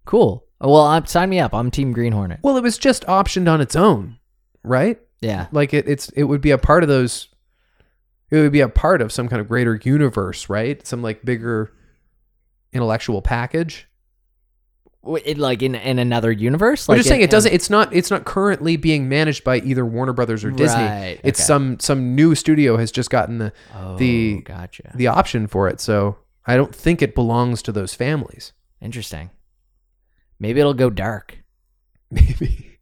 Speaker 2: Cool. Well, I'm, sign me up. I'm Team Green Hornet.
Speaker 4: Well, it was just optioned on its own, right?
Speaker 2: Yeah.
Speaker 4: Like it, it's it would be a part of those. It would be a part of some kind of greater universe, right? Some like bigger intellectual package.
Speaker 2: W- It, like in in another universe.
Speaker 4: We're
Speaker 2: like
Speaker 4: just saying it doesn't. It's not. It's not currently being managed by either Warner Brothers or Disney.
Speaker 2: Right,
Speaker 4: It's
Speaker 2: okay.
Speaker 4: some some new studio has just gotten the
Speaker 2: Oh,
Speaker 4: the-
Speaker 2: gotcha.
Speaker 4: the option for it. So I don't think it belongs to those families. *laughs*
Speaker 2: Interesting. Maybe it'll go dark.
Speaker 4: Maybe.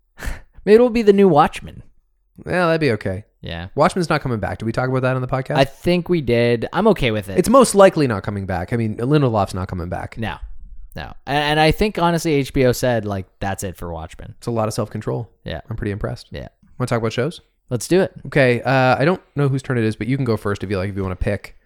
Speaker 2: Maybe it'll be the new Watchmen.
Speaker 4: Yeah, that'd be okay.
Speaker 2: Yeah.
Speaker 4: Watchmen's not coming back. Did we talk about that on the podcast?
Speaker 2: I think we did. I'm okay with it.
Speaker 4: it's most likely not coming back. I mean, Lindelof's not coming back.
Speaker 2: no, no, and, and I think honestly, HBO said like that's it for Watchmen.
Speaker 4: It's a lot of self control.
Speaker 2: Yeah.
Speaker 4: I'm pretty impressed.
Speaker 2: Yeah.
Speaker 4: Want to talk about shows?
Speaker 2: Let's do it.
Speaker 4: Okay. Uh, I don't know whose turn it is, but you can go first if you like. If you want to pick.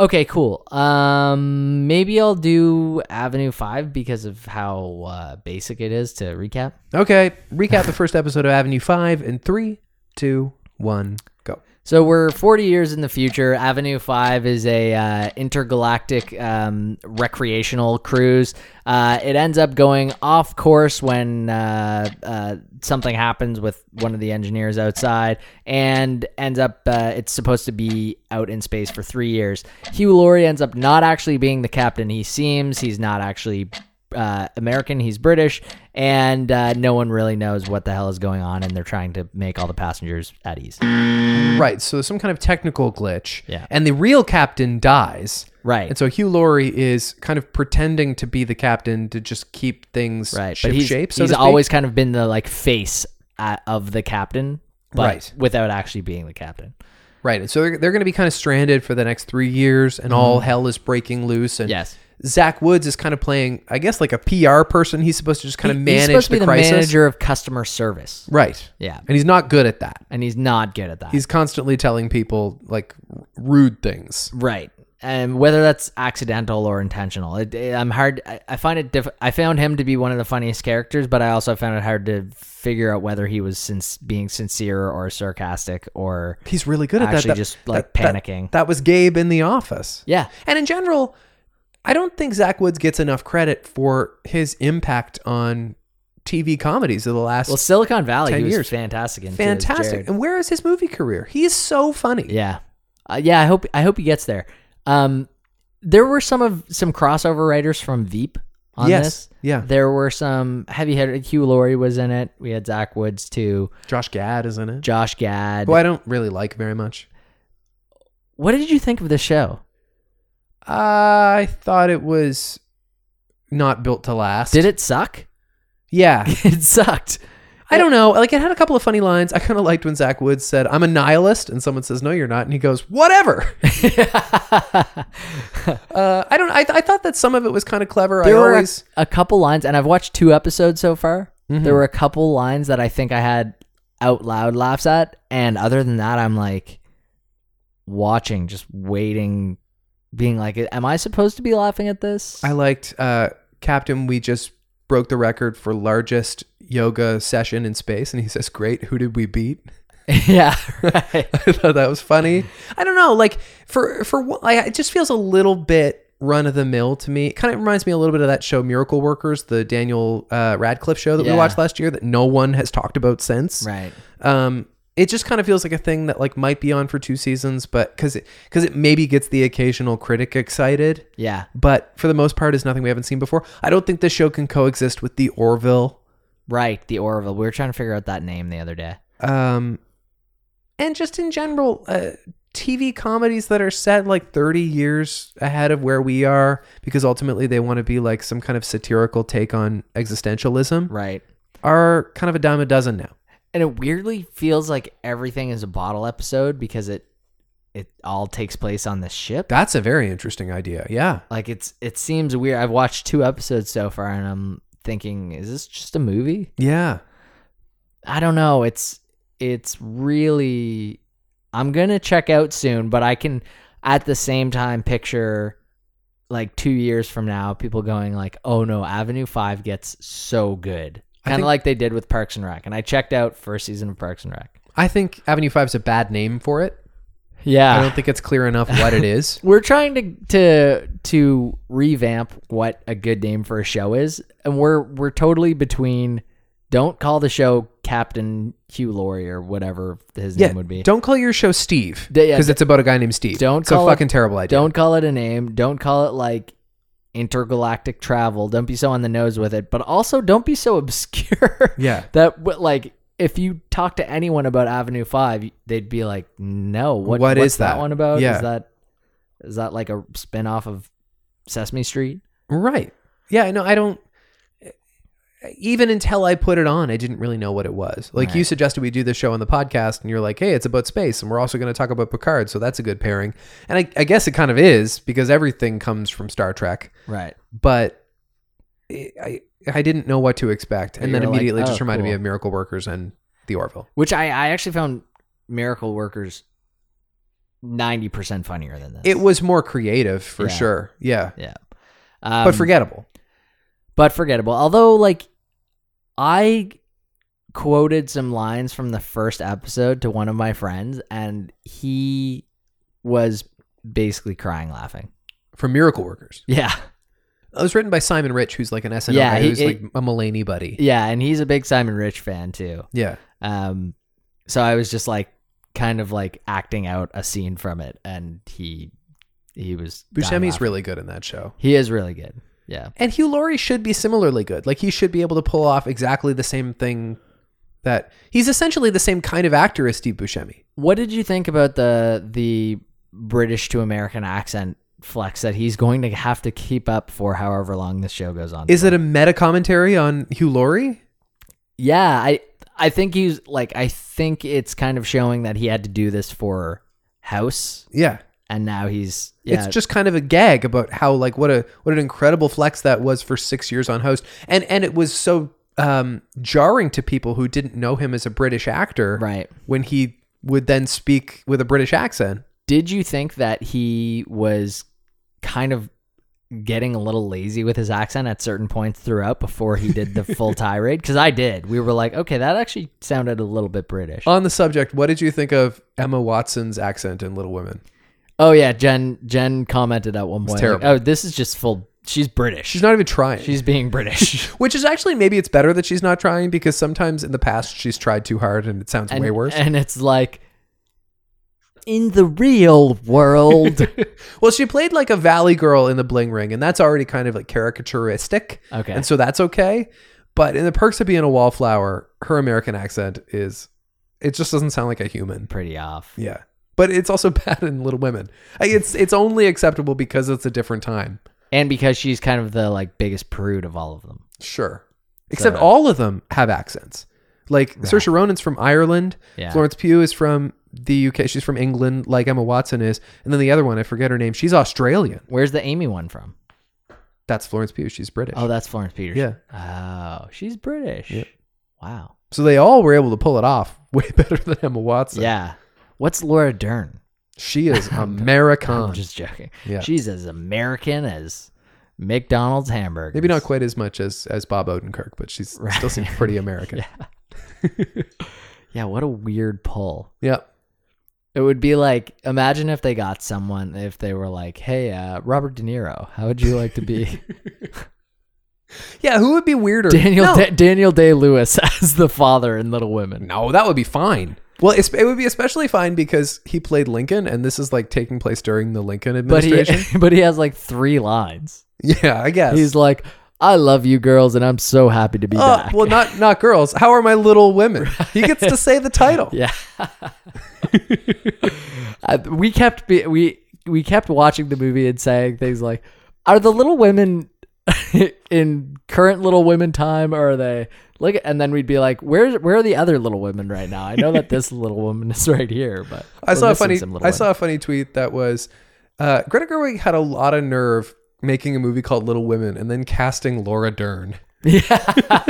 Speaker 2: Okay, cool. Um, maybe I'll do Avenue Five because of how uh, basic it is to recap.
Speaker 4: Okay. Recap the first episode of Avenue Five in three, two, one, go.
Speaker 2: So we're 40 years in the future. Avenue 5 is a uh, intergalactic um, recreational cruise. Uh, it ends up going off course when uh, uh, something happens with one of the engineers outside, and ends up uh, it's supposed to be out in space for three years. Hugh Laurie ends up not actually being the captain he seems. He's not actually uh, American, he's British, and uh, no one really knows what the hell is going on, and they're trying to make all the passengers at ease.
Speaker 4: Right. So there's some kind of technical
Speaker 2: Mm.
Speaker 4: glitch.
Speaker 2: Yeah.
Speaker 4: And the real captain dies.
Speaker 2: Right.
Speaker 4: And so Hugh Laurie is kind of pretending to be the captain to just keep things
Speaker 2: right
Speaker 4: shape
Speaker 2: but he's,
Speaker 4: shape. So
Speaker 2: he's
Speaker 4: to speak.
Speaker 2: always kind of been the like face uh, of the captain but
Speaker 4: Right.
Speaker 2: without actually being the captain
Speaker 4: right. And so they're, they're going to be kind of stranded for the next three years, and all hell is breaking loose. And
Speaker 2: Mm-hmm. yes
Speaker 4: Zach Woods is kind of playing, I guess, like a PR person. He's supposed to just kind of
Speaker 2: he's
Speaker 4: manage
Speaker 2: supposed to
Speaker 4: the
Speaker 2: be
Speaker 4: crisis.
Speaker 2: the manager of customer service
Speaker 4: Right.
Speaker 2: yeah
Speaker 4: And he's not good at that.
Speaker 2: and he's not good at that
Speaker 4: He's constantly telling people like r- rude things.
Speaker 2: right and whether that's accidental or intentional it, it- i'm hard i, I find it diff- i found him to be one of the funniest characters but i also found it hard to figure out whether he was since being sincere or sarcastic or
Speaker 4: He's really good at that.
Speaker 2: Actually
Speaker 4: that.
Speaker 2: just, like,
Speaker 4: that- that-
Speaker 2: panicking.
Speaker 4: that was Gabe in the office.
Speaker 2: yeah
Speaker 4: And in general, I don't think Zach Woods gets enough credit for his impact on TV comedies of the last
Speaker 2: well silicon valley
Speaker 4: 10
Speaker 2: he was
Speaker 4: years.
Speaker 2: fantastic in too, as Jared.
Speaker 4: fantastic. And where is his movie career? He is so funny.
Speaker 2: Yeah, uh, yeah. I hope I hope he gets there. Um, there were some of some crossover writers from Veep on
Speaker 4: Yes.
Speaker 2: this.
Speaker 4: Yeah.
Speaker 2: There were some heavy headed. Hugh Laurie was in it. We had Zach Woods too.
Speaker 4: Josh Gad is in it.
Speaker 2: Josh Gad.
Speaker 4: Who I don't really like very much.
Speaker 2: What did you think of the show?
Speaker 4: Uh, I thought it was not built to last.
Speaker 2: Did it suck? *laughs*
Speaker 4: Yeah.
Speaker 2: it sucked. *laughs*
Speaker 4: I don't know. Like it had a couple of funny lines. I kind of liked when Zach Woods said, "I'm a nihilist," and someone says, "No, you're not," and he goes, "Whatever." *laughs* Uh, I don't. I, I thought that some of it was kind of clever.
Speaker 2: there
Speaker 4: I
Speaker 2: were a-
Speaker 4: always
Speaker 2: a, couple lines, and I've watched two episodes so far.
Speaker 4: Hmm.
Speaker 2: There were a couple lines that I think I had out loud laughs at, and other than that, I'm like watching, just waiting, being like, "Am I supposed to be laughing at this?"
Speaker 4: I liked uh, Captain. We just broke the record for largest yoga session in space, and he says, "Great, who did we beat?"
Speaker 2: *laughs*
Speaker 4: *laughs*
Speaker 2: yeah, right.
Speaker 4: I thought that was funny.
Speaker 2: Mm-hmm.
Speaker 4: I don't know, like for for one- like, it just feels a little bit run of the mill to me. It kind of reminds me a little bit of that show Miracle Workers, the Daniel uh, Radcliffe show that
Speaker 2: Yeah.
Speaker 4: we watched last year that no one has talked about since.
Speaker 2: right.
Speaker 4: Um, it just kind of feels like a thing that like might be on for two seasons, but because it because it maybe gets the occasional critic excited
Speaker 2: Yeah,
Speaker 4: but for the most part is nothing we haven't seen before. I don't think this show can coexist with the Orville.
Speaker 2: right. The Orville. We were trying to figure out that name the other day.
Speaker 4: Um and just in general, uh, TV comedies that are set like 30 years ahead of where we are because ultimately they want to be like some kind of satirical take on existentialism
Speaker 2: Right.
Speaker 4: are kind of a dime a dozen now.
Speaker 2: and it weirdly feels like everything is a bottle episode because it it all takes place on the ship.
Speaker 4: That's a very interesting idea. Yeah.
Speaker 2: like it's it seems weird. I've watched two episodes so far, and I'm thinking, is this just a movie?
Speaker 4: Yeah.
Speaker 2: I don't know. It's it's really I'm gonna check out soon, but I can at the same time picture like two years from now people going like, oh no, Avenue Five gets so good.
Speaker 4: I
Speaker 2: Kind of
Speaker 4: think-
Speaker 2: like they did with Parks and Rec. And I checked out first season of Parks and Rec.
Speaker 4: I think Avenue 5 is a bad name for it. I
Speaker 2: Yeah.
Speaker 4: don't think it's clear enough what it is.
Speaker 2: We're trying to to to revamp what a good name for a show is, and we're we're totally between don't call the show Captain Hugh Laurie or whatever his
Speaker 4: yeah.
Speaker 2: *laughs* name would be.
Speaker 4: Don't call your show Steve
Speaker 2: D-
Speaker 4: because
Speaker 2: yeah, d-
Speaker 4: it's about a guy named Steve.
Speaker 2: don't
Speaker 4: It's a
Speaker 2: call it-
Speaker 4: fucking terrible idea.
Speaker 2: Don't call it a name. Don't call it like intergalactic travel. Don't be so on the nose with it. But also, don't be so *laughs* obscure.
Speaker 4: Yeah.
Speaker 2: that w- like if you talk to anyone about Avenue Five, they'd be like, "No, what,
Speaker 4: What
Speaker 2: what's
Speaker 4: is that?"
Speaker 2: one about?
Speaker 4: Yeah.
Speaker 2: Is that is that like a spin off of Sesame Street?"
Speaker 4: Right. Yeah. No, I don't. Even until I put it on, I didn't really know what it was. Like you suggested, we do this show on the podcast, and you're like, "Hey, it's about space, and we're also going to talk about Picard, so that's a good pairing." And I, I guess it kind of is because everything comes from Star Trek.
Speaker 2: Right.
Speaker 4: But it, I I didn't know what to expect, and
Speaker 2: You
Speaker 4: then
Speaker 2: were like,
Speaker 4: immediately it just
Speaker 2: "Oh,
Speaker 4: reminded me
Speaker 2: cool."
Speaker 4: of Miracle Workers and The Orville.
Speaker 2: Which I I actually found Miracle Workers ninety percent funnier than this.
Speaker 4: It was more creative for
Speaker 2: Yeah.
Speaker 4: sure. Yeah,
Speaker 2: yeah,
Speaker 4: but
Speaker 2: Um,
Speaker 4: forgettable.
Speaker 2: but forgettable. Although, like, I quoted some lines from the first episode to one of my friends, and he was basically crying laughing. *laughs*
Speaker 4: For Miracle Workers,
Speaker 2: Yeah,
Speaker 4: it was written by Simon Rich, who's like an SNL
Speaker 2: Yeah,
Speaker 4: guy,
Speaker 2: he-
Speaker 4: who's
Speaker 2: it-
Speaker 4: like a Mulaney buddy.
Speaker 2: yeah, and he's a big Simon Rich fan too.
Speaker 4: yeah.
Speaker 2: Um, so I was just like, kind of like acting out a scene from it, and he he was dying
Speaker 4: Buscemi's
Speaker 2: laughing.
Speaker 4: really good in that show.
Speaker 2: he is really good. Yeah,
Speaker 4: And Hugh Laurie should be similarly good. Like he should be able to pull off exactly the same thing that he's essentially the same kind of actor as Steve Buscemi.
Speaker 2: What did you think about the the British to American accent flex that he's going to have to keep up for however long this show goes on?
Speaker 4: Is it a meta commentary on Hugh Laurie?
Speaker 2: yeah, I I think he's like I think it's kind of showing that he had to do this for House
Speaker 4: Yeah.
Speaker 2: and now he's yeah.
Speaker 4: It's just kind of a gag about how like what a what an incredible flex that was for 6 years on host. And and it was so um jarring to people who didn't know him as a British actor
Speaker 2: right.
Speaker 4: when he would then speak with a British accent.
Speaker 2: Did you think that he was kind of getting a little lazy with his accent at certain points throughout before he did the
Speaker 4: *laughs*
Speaker 2: full tirade? Because I did. We were like, okay, that actually sounded a little bit British.
Speaker 4: On the subject, what did you think of Emma Watson's accent in Little Women?
Speaker 2: Oh yeah, Jen. Jen commented at one point.
Speaker 4: terrible.
Speaker 2: Like, oh, this is just full. She's British.
Speaker 4: She's not even trying.
Speaker 2: She's being
Speaker 4: *laughs*
Speaker 2: British.
Speaker 4: Which is actually maybe it's better that she's not trying because sometimes in the past she's tried too hard and it
Speaker 2: *laughs*
Speaker 4: sounds
Speaker 2: and,
Speaker 4: way worse.
Speaker 2: And it's like, in the real
Speaker 4: *laughs*
Speaker 2: world.
Speaker 4: well, she played like a valley girl in the Bling Ring, and that's already kind of like caricaturistic.
Speaker 2: Okay.
Speaker 4: And so that's okay. But in the perks of being a wallflower, her American accent is it just doesn't sound like a human.
Speaker 2: Pretty off.
Speaker 4: Yeah. But it's also *laughs* bad in Little Women. I- It's it's only acceptable because it's a different time.
Speaker 2: And because she's kind of the like biggest prude of all of them.
Speaker 4: Sure. Except all of them have accents. Like Saoirse Ronan's from Ireland.
Speaker 2: Yeah.
Speaker 4: Florence Pugh is from the UK. She's from England, like Emma Watson is. And then the other one, I forget her name. She's Australian.
Speaker 2: Where's the Amy one from?
Speaker 4: That's Florence Pugh. She's British.
Speaker 2: Oh, that's Florence Peters. Oh, she's British. Wow.
Speaker 4: So they all were able to pull it off *laughs* way better than Emma Watson.
Speaker 2: yeah. What's Laura Dern? *laughs*
Speaker 4: She is
Speaker 2: I'm
Speaker 4: American.
Speaker 2: just joking.
Speaker 4: Yeah.
Speaker 2: She's as American as McDonald's hamburger.
Speaker 4: Maybe not quite as much as, as Bob Odenkirk, but she's still seems
Speaker 2: *laughs*
Speaker 4: pretty American. yeah.
Speaker 2: Yeah, what a weird pull. It would be like imagine if they got someone if they were like, "Hey, uh, Robert De Niro, how would you like to
Speaker 4: *laughs*
Speaker 2: be *laughs*
Speaker 4: Yeah. Who would be weirder?
Speaker 2: Daniel
Speaker 4: No.
Speaker 2: Da- Daniel Day Lewis *laughs* as the father in Little Women?"
Speaker 4: No, that would be fine. Well, it's, it would be especially fine because he played Lincoln, and this is like taking place during the Lincoln
Speaker 2: But he *laughs*
Speaker 4: administration. *laughs*
Speaker 2: but he has like three lines.
Speaker 4: yeah, I guess
Speaker 2: He's like, "I love you girls and I'm so happy to be
Speaker 4: Uh,
Speaker 2: back."
Speaker 4: well, not not girls. How are my little women? *laughs* He gets to say the *laughs* title.
Speaker 2: yeah. *laughs* Uh, we kept be- we we kept watching the movie and saying things like, "Are the Little Women *laughs* in current Little Women time, or are they? Look, at- and then we'd be like, "Where's where are the other Little Women right now?" I know that
Speaker 4: *laughs*
Speaker 2: this Little Woman is right here, but
Speaker 4: I
Speaker 2: we're
Speaker 4: saw a
Speaker 2: missing
Speaker 4: funny.
Speaker 2: some Little
Speaker 4: I
Speaker 2: Women.
Speaker 4: saw a funny tweet that was, uh, Greta Gerwig had a lot of nerve making a movie called Little Women and then casting Laura Dern.
Speaker 2: *laughs* Yeah.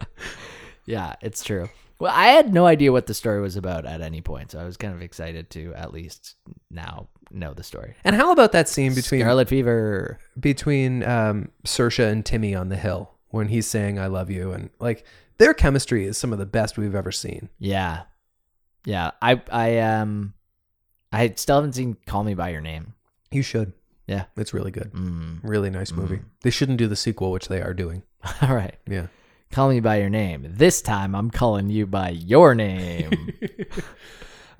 Speaker 2: *laughs* yeah, it's true. Well, I had no idea what the story was about at any point, so I was kind of excited to at least now know the story.
Speaker 4: And how about that scene between
Speaker 2: Scarlet Fever.
Speaker 4: between um, Sersha and Timmy on the hill when he's saying "I love you" and like their chemistry is some of the best we've ever seen.
Speaker 2: Yeah. Yeah. I I um I still haven't seen Call Me by Your Name.
Speaker 4: You should.
Speaker 2: Yeah.
Speaker 4: it's really good.
Speaker 2: Mm. *laughs*
Speaker 4: Really nice movie. They shouldn't do the sequel, which they are doing.
Speaker 2: All right.
Speaker 4: Yeah.
Speaker 2: Call me by your name. This time I'm calling you by your name.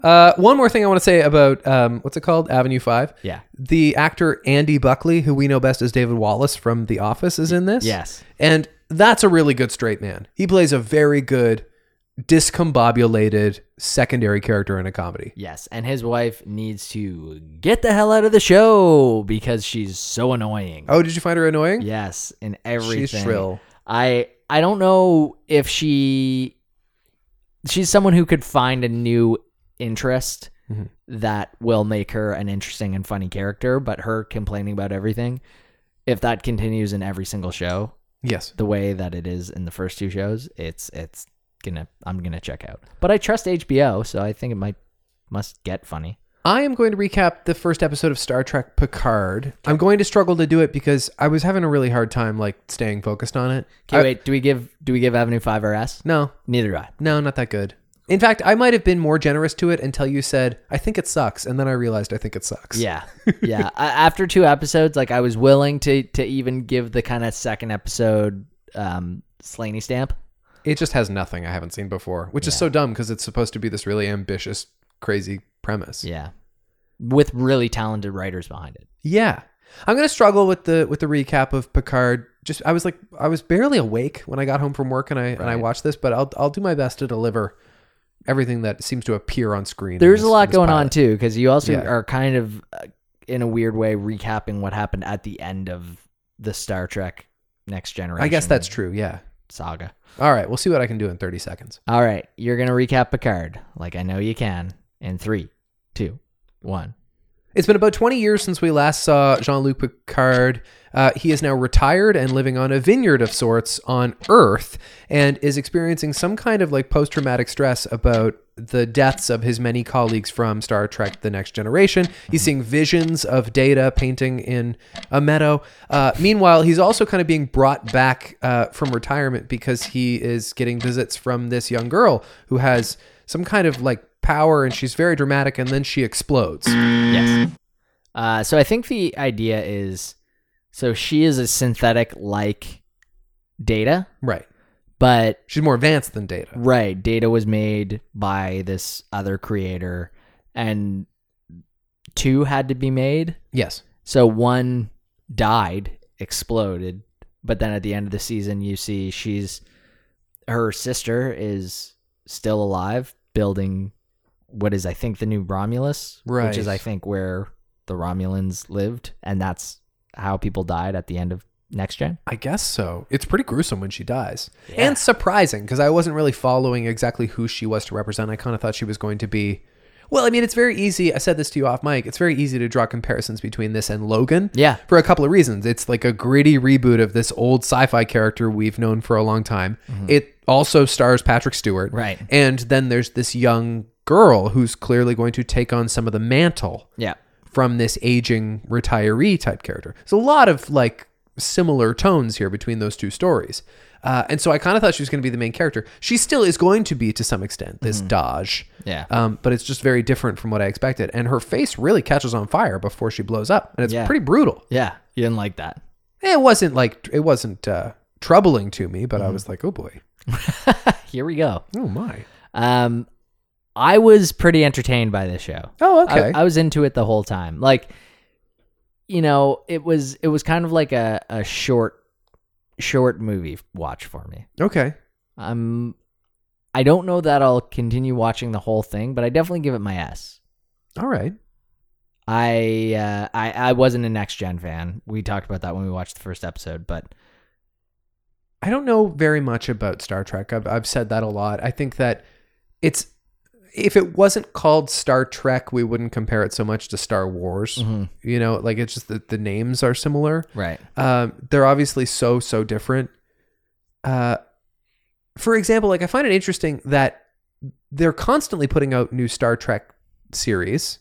Speaker 4: Uh, one more thing I want to say about um, what's it called? Avenue Five.
Speaker 2: yeah.
Speaker 4: The actor Andy Buckley, who we know best as David Wallace from The Office, is in this.
Speaker 2: Yes.
Speaker 4: And that's a really good straight man. He plays a very good discombobulated secondary character in a comedy.
Speaker 2: Yes. And his wife needs to get the hell out of the show because she's so annoying.
Speaker 4: Oh, did you find her annoying?
Speaker 2: Yes, in everything.
Speaker 4: She's shrill.
Speaker 2: I I don't know if she she's someone who could find a new interest
Speaker 4: Mhm.
Speaker 2: that will make her an interesting and funny character, but her complaining about everything, if that continues in every single show,
Speaker 4: Yes.
Speaker 2: the way that it is in the first two shows, it's it's gonna I'm gonna check out. But I trust HBO, so I think it might must get funny.
Speaker 4: I am going to recap the first episode of Star Trek Picard. I'm going to struggle to do it because I was having a really hard time like staying focused on it.
Speaker 2: Okay,
Speaker 4: I-
Speaker 2: wait, do we give do we give Avenue Five our S?
Speaker 4: No,
Speaker 2: Neither do I.
Speaker 4: no, not that good. In fact, I might have been more generous to it until you said, I think it sucks. And then I realized I think it *laughs* sucks.
Speaker 2: Yeah, yeah. A- After two episodes, like I was willing to to even give the kind of second episode um Slaney stamp.
Speaker 4: It just has nothing I haven't seen before, which is so dumb because it's supposed to be this really ambitious, crazy premise.
Speaker 2: Yeah, with really talented writers behind it.
Speaker 4: Yeah. I'm gonna struggle with the with the recap of Picard. Just I was like I was barely awake when I got home from work and I and I
Speaker 2: Right.
Speaker 4: watched this, but I'll I'll do my best to deliver everything that seems to appear on screen. in
Speaker 2: There's
Speaker 4: this-
Speaker 2: a
Speaker 4: in
Speaker 2: lot
Speaker 4: this
Speaker 2: going
Speaker 4: pilot.
Speaker 2: on too because you also
Speaker 4: Yeah.
Speaker 2: are kind of uh, in a weird way recapping what happened at the end of the Star Trek Next Generation.
Speaker 4: I guess that's true. Yeah.
Speaker 2: Saga.
Speaker 4: All right. We'll see what I can do in 30 seconds.
Speaker 2: All right, you're gonna recap Picard like I know you can in three, two, one.
Speaker 4: It's been about 20 years since we last saw Jean Luc Picard. Uh, he is now retired and living on a vineyard of sorts on Earth and is experiencing some kind of like post traumatic stress about the deaths of his many colleagues from Star Trek The Next Generation. He's seeing visions of data painting in a meadow. Uh, meanwhile, he's also kind of being brought back uh, from retirement because he is getting visits from this young girl who has some kind of like power and she's very dramatic and then she explodes.
Speaker 2: Yes. Uh, so I think the idea is so she is a synthetic like data,
Speaker 4: Right.
Speaker 2: but
Speaker 4: She's more advanced than Data.
Speaker 2: right, data was made by this other creator and two had to be made.
Speaker 4: Yes.
Speaker 2: So one died, exploded, but then at the end of the season you see she's her sister is still alive building what is I think the new Romulus, which is
Speaker 4: Right.
Speaker 2: I think where the Romulans lived and that's how people died at the end of Next Gen.
Speaker 4: I guess so. It's pretty gruesome when she dies.
Speaker 2: Yeah.
Speaker 4: And surprising because I wasn't really following exactly who she was to represent. I kind of thought she was going to be. Well, I mean, it's very easy. I said this to you off mic. It's very easy to draw comparisons between this and Logan.
Speaker 2: Yeah.
Speaker 4: For a couple of reasons. It's like a gritty reboot of this old sci fi character we've known for a long time. It also stars Patrick Stewart.
Speaker 2: Right.
Speaker 4: And then there's this young girl who's clearly going to take on some of the mantle
Speaker 2: Yeah.
Speaker 4: from this aging retiree type character. There's a lot of like similar tones here between those two stories. Uh, and so I kind of thought she was going to be the main character. She still is going to be to some extent this
Speaker 2: Mm-hmm.
Speaker 4: Dodge.
Speaker 2: Yeah.
Speaker 4: Um, but it's just very different from what I expected. And her face really catches on fire before she blows up. And it's
Speaker 2: Yeah.
Speaker 4: pretty brutal.
Speaker 2: Yeah. You didn't like that.
Speaker 4: It wasn't like, it wasn't uh, troubling to me, but I
Speaker 2: Mm-hmm.
Speaker 4: was like, oh boy.
Speaker 2: Here we go.
Speaker 4: Oh my.
Speaker 2: Um I was pretty entertained by this show.
Speaker 4: Oh,
Speaker 2: I-
Speaker 4: okay.
Speaker 2: I, was into it the whole time. Like, you know, it was it was kind of like a, a short short movie watch for me.
Speaker 4: okay.
Speaker 2: Um I don't know that I'll continue watching the whole thing, but I definitely give it my S.
Speaker 4: All right.
Speaker 2: I uh, I I wasn't a next gen fan. We talked about that when we watched the first episode, but
Speaker 4: I don't know very much about Star Trek. I've, I've said that a lot. I think that it's if it wasn't called Star Trek, we wouldn't compare it so much to Star Wars. You know, like it's just that the names are similar.
Speaker 2: right.
Speaker 4: Um, they're obviously so so different. Uh, for example, like I find it interesting that they're constantly putting out new Star Trek series,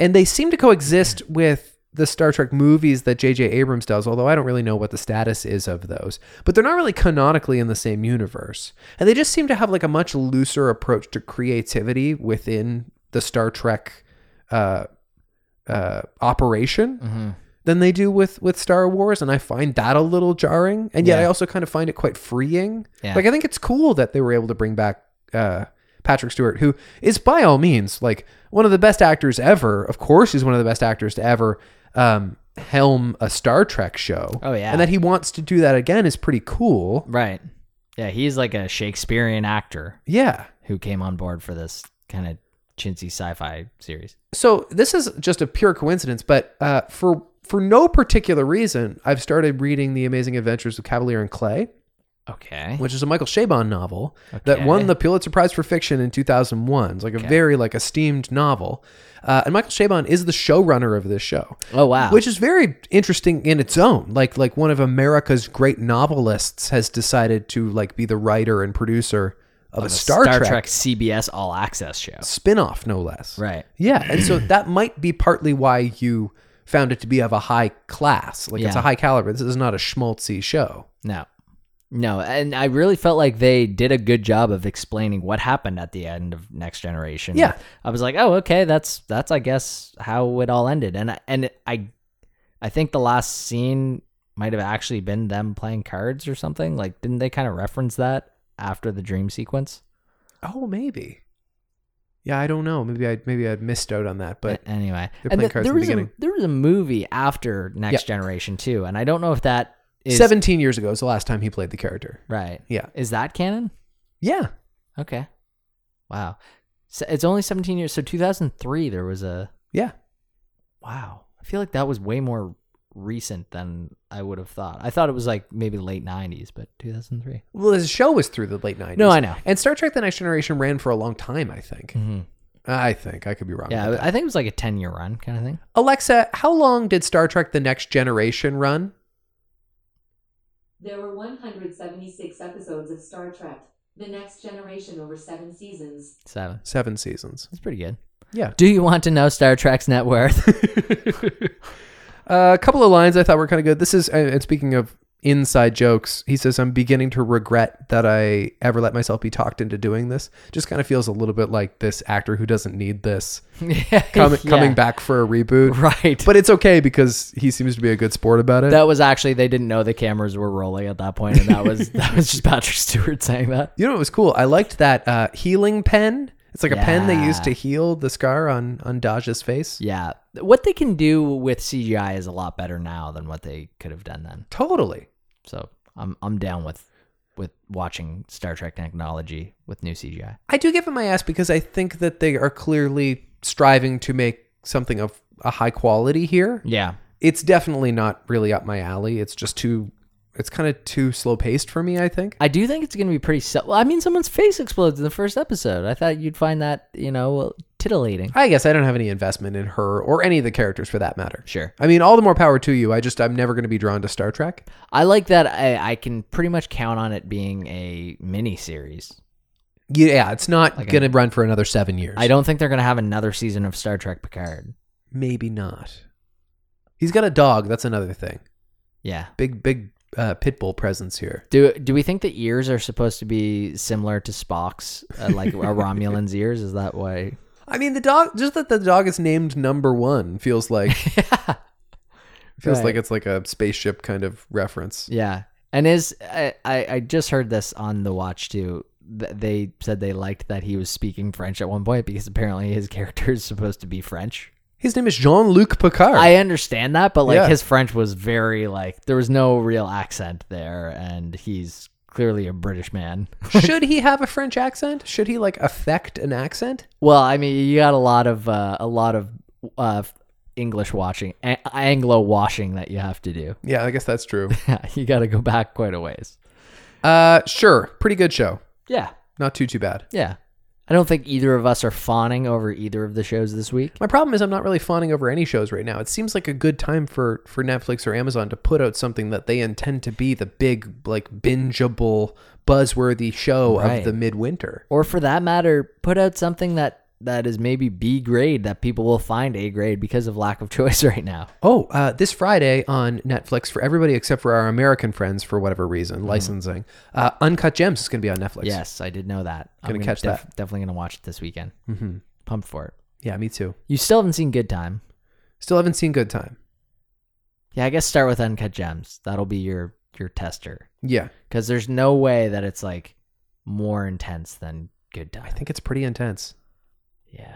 Speaker 4: and they seem to coexist with the Star Trek movies that J.J. Abrams does. Although I don't really know what the status is of those, but they're not really canonically in the same universe, and they just seem to have like a much looser approach to creativity within the Star Trek uh, uh, operation
Speaker 2: Mm-hmm.
Speaker 4: than they do with with Star Wars, and I find that a little jarring. And yet,
Speaker 2: Yeah.
Speaker 4: I also kind of find it quite freeing.
Speaker 2: Yeah.
Speaker 4: Like, I think it's cool that they were able to bring back uh, Patrick Stewart, who is by all means like one of the best actors ever. Of course, he's one of the best actors to ever um, helm a Star Trek show.
Speaker 2: Oh, yeah.
Speaker 4: and that he wants to do that again is pretty cool.
Speaker 2: Right. Yeah, he's like a Shakespearean actor
Speaker 4: Yeah.
Speaker 2: who came on board for this kind of chintzy sci-fi series.
Speaker 4: So this is just a pure coincidence, but uh, for for no particular reason, I've started reading The Amazing Adventures of Cavalier and Clay.
Speaker 2: Okay.
Speaker 4: which is a Michael Chabon novel that won
Speaker 2: Okay.
Speaker 4: the Pulitzer Prize for fiction in 2001. It's like a very like esteemed novel, uh, and Michael Chabon is the showrunner of this show,
Speaker 2: Oh wow.
Speaker 4: which is very interesting in its own. Like like one of America's great novelists has decided to like be the writer and producer of a, Star, Trek,
Speaker 2: CBS All Access show.
Speaker 4: spin-off, no less.
Speaker 2: Right.
Speaker 4: Yeah, and
Speaker 2: *clears throat*
Speaker 4: so that might be partly why you found it to be of a high class. Like it's
Speaker 2: Yeah.
Speaker 4: a high caliber. This is not a schmaltzy show.
Speaker 2: No. No, and I really felt like they did a good job of explaining what happened at the end of Next Generation.
Speaker 4: Yeah.
Speaker 2: I was like, "Oh, okay, that's that's I guess how it all ended." And I- and I I think the last scene might have actually been them playing cards or something. Like didn't they kind of reference that after the dream sequence?
Speaker 4: Oh, maybe. Yeah, I don't know. Maybe I maybe I missed out on that, but
Speaker 2: A- anyway,
Speaker 4: they're
Speaker 2: And
Speaker 4: playing
Speaker 2: th-
Speaker 4: cards
Speaker 2: there
Speaker 4: in the
Speaker 2: was
Speaker 4: beginning.
Speaker 2: a there was a movie after Next Generation too, and I don't know if that is
Speaker 4: 17 years ago is the last time he played the character.
Speaker 2: right.
Speaker 4: Yeah.
Speaker 2: Is that canon?
Speaker 4: Yeah.
Speaker 2: Okay. Wow. So it's only 17 years. So 2003, there was a.
Speaker 4: Yeah.
Speaker 2: Wow. I feel like that was way more recent than I would have thought. I thought it was like maybe late 90s, but 2003.
Speaker 4: Well, his show was through the late 90s.
Speaker 2: No, I know.
Speaker 4: And Star Trek The Next Generation ran for a long time, I think.
Speaker 2: Mm-hmm.
Speaker 4: I think. I could be wrong. about
Speaker 2: Yeah.
Speaker 4: that.
Speaker 2: I think it was like a 10 year run kind of thing.
Speaker 4: Alexa, how long did Star Trek The Next Generation run?
Speaker 5: There were 176 episodes of Star Trek, The Next Generation over seven seasons.
Speaker 2: Seven.
Speaker 4: Seven seasons.
Speaker 2: That's pretty good.
Speaker 4: Yeah.
Speaker 2: Do you want to know Star Trek's net *laughs* worth?
Speaker 4: *laughs* Uh, a couple of lines I thought were kind of good. This is, and and speaking of inside jokes, he says, I'm beginning to regret that I ever let myself be talked into doing this. Just kind of feels a little bit like this actor who doesn't need
Speaker 2: *laughs*
Speaker 4: this com-
Speaker 2: Coming
Speaker 4: coming back for a reboot.
Speaker 2: Right.
Speaker 4: But it's okay because he seems to be a good sport about it.
Speaker 2: that was actually they didn't know the cameras were rolling at that point, and that was *laughs* that was just Patrick Stewart saying that.
Speaker 4: you know what was cool? I liked that uh, healing pen. It's like a pen they used to
Speaker 2: Yeah.
Speaker 4: heal the scar on, on Daja's face.
Speaker 2: Yeah. What they can do with CGI is a lot better now than what they could have done then.
Speaker 4: Totally.
Speaker 2: So I'm I'm down with with watching Star Trek technology with new CGI.
Speaker 4: I do give him my ass because I think that they are clearly striving to make something of a high quality here.
Speaker 2: Yeah.
Speaker 4: It's definitely not really up my alley. It's just too, it's kind of too slow paced for me, I think.
Speaker 2: I do think it's going to be pretty se- well, I mean someone's face explodes in the first episode. I thought you'd find that, you know, titillating.
Speaker 4: I guess I don't have any investment in her or any of the characters for that matter.
Speaker 2: Sure.
Speaker 4: I mean, all the more power to you. I just, I'm never going to be drawn to Star Trek.
Speaker 2: I like that I, I can pretty much count on it being a mini series.
Speaker 4: Yeah, it's not
Speaker 2: Like
Speaker 4: going to run for another seven years.
Speaker 2: I don't think they're going to have another season of Star Trek Picard.
Speaker 4: Maybe not. He's got a dog. That's another thing.
Speaker 2: Yeah.
Speaker 4: Big, big uh, pit bull presence here.
Speaker 2: Do do we think the ears are supposed to be similar to Spock's, uh, like a Romulan's ears? Is that why?
Speaker 4: I mean, the dog. Just that the dog is named Number One feels like *laughs* feels
Speaker 2: Right.
Speaker 4: like it's like a spaceship kind of reference.
Speaker 2: Yeah, and is I, I I just heard this on the watch too. Th- They said they liked that he was speaking French at one point because apparently his character is supposed to be French.
Speaker 4: His name is Jean Luc Picard.
Speaker 2: I understand that, but like
Speaker 4: Yeah.
Speaker 2: his French was very like there was no real accent there, and he's clearly a British man.
Speaker 4: *laughs* Should he have a French accent? Should he like affect an accent?
Speaker 2: Well, I mean, you got a lot of uh, a lot of uh, English watching, a- Anglo washing that you have to do.
Speaker 4: Yeah, I guess that's true.
Speaker 2: *laughs* you got to go back quite a ways.
Speaker 4: *laughs* uh, sure. Pretty good show.
Speaker 2: Yeah,
Speaker 4: Not too too bad.
Speaker 2: yeah. I don't think either of us are fawning over either of the shows this week.
Speaker 4: My problem is I'm not really fawning over any shows right now. It seems like a good time for for Netflix or Amazon to put out something that they intend to be the big like bingeable buzzworthy show
Speaker 2: Right.
Speaker 4: of the midwinter.
Speaker 2: or for that matter, put out something that that is maybe B grade that people will find A grade because of lack of *laughs* choice right now.
Speaker 4: Oh, uh, this Friday on Netflix for everybody except for our American friends for whatever reason, licensing. Uh, Uncut Gems is going to be on Netflix.
Speaker 2: Mm-hmm. Yes, I did know that. I'm
Speaker 4: Gonna catch that.
Speaker 2: Definitely gonna watch it this weekend.
Speaker 4: Mhm.
Speaker 2: Pumped for it.
Speaker 4: Yeah, me too.
Speaker 2: You still haven't seen Good Time.
Speaker 4: Still haven't seen Good Time.
Speaker 2: Yeah, I guess start with Uncut Gems. That'll be your your tester
Speaker 4: Yeah,
Speaker 2: because there's no way that it's like more intense than Good Time.
Speaker 4: I think it's pretty intense.
Speaker 2: Yeah.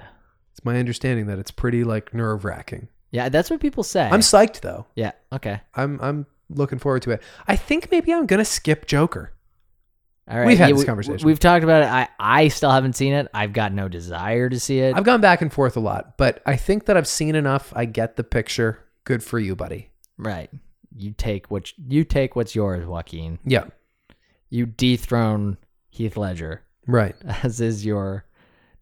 Speaker 4: It's my understanding that it's pretty like nerve wracking.
Speaker 2: Yeah, that's what people say.
Speaker 4: I'm psyched though.
Speaker 2: yeah. Okay.
Speaker 4: I'm I'm looking forward to it. I think maybe I'm gonna skip Joker.
Speaker 2: All right.
Speaker 4: We've had
Speaker 2: Yeah,
Speaker 4: this
Speaker 2: we-
Speaker 4: conversation.
Speaker 2: We've talked about it. I I still haven't seen it. I've got no desire to see it.
Speaker 4: I've gone back and forth a lot, but I think that I've seen enough. I get the picture. Good for you, buddy.
Speaker 2: Right. You take what you take what's yours, Joaquin.
Speaker 4: Yeah.
Speaker 2: You dethrone Heath Ledger, *laughs*
Speaker 4: Right.
Speaker 2: as is your.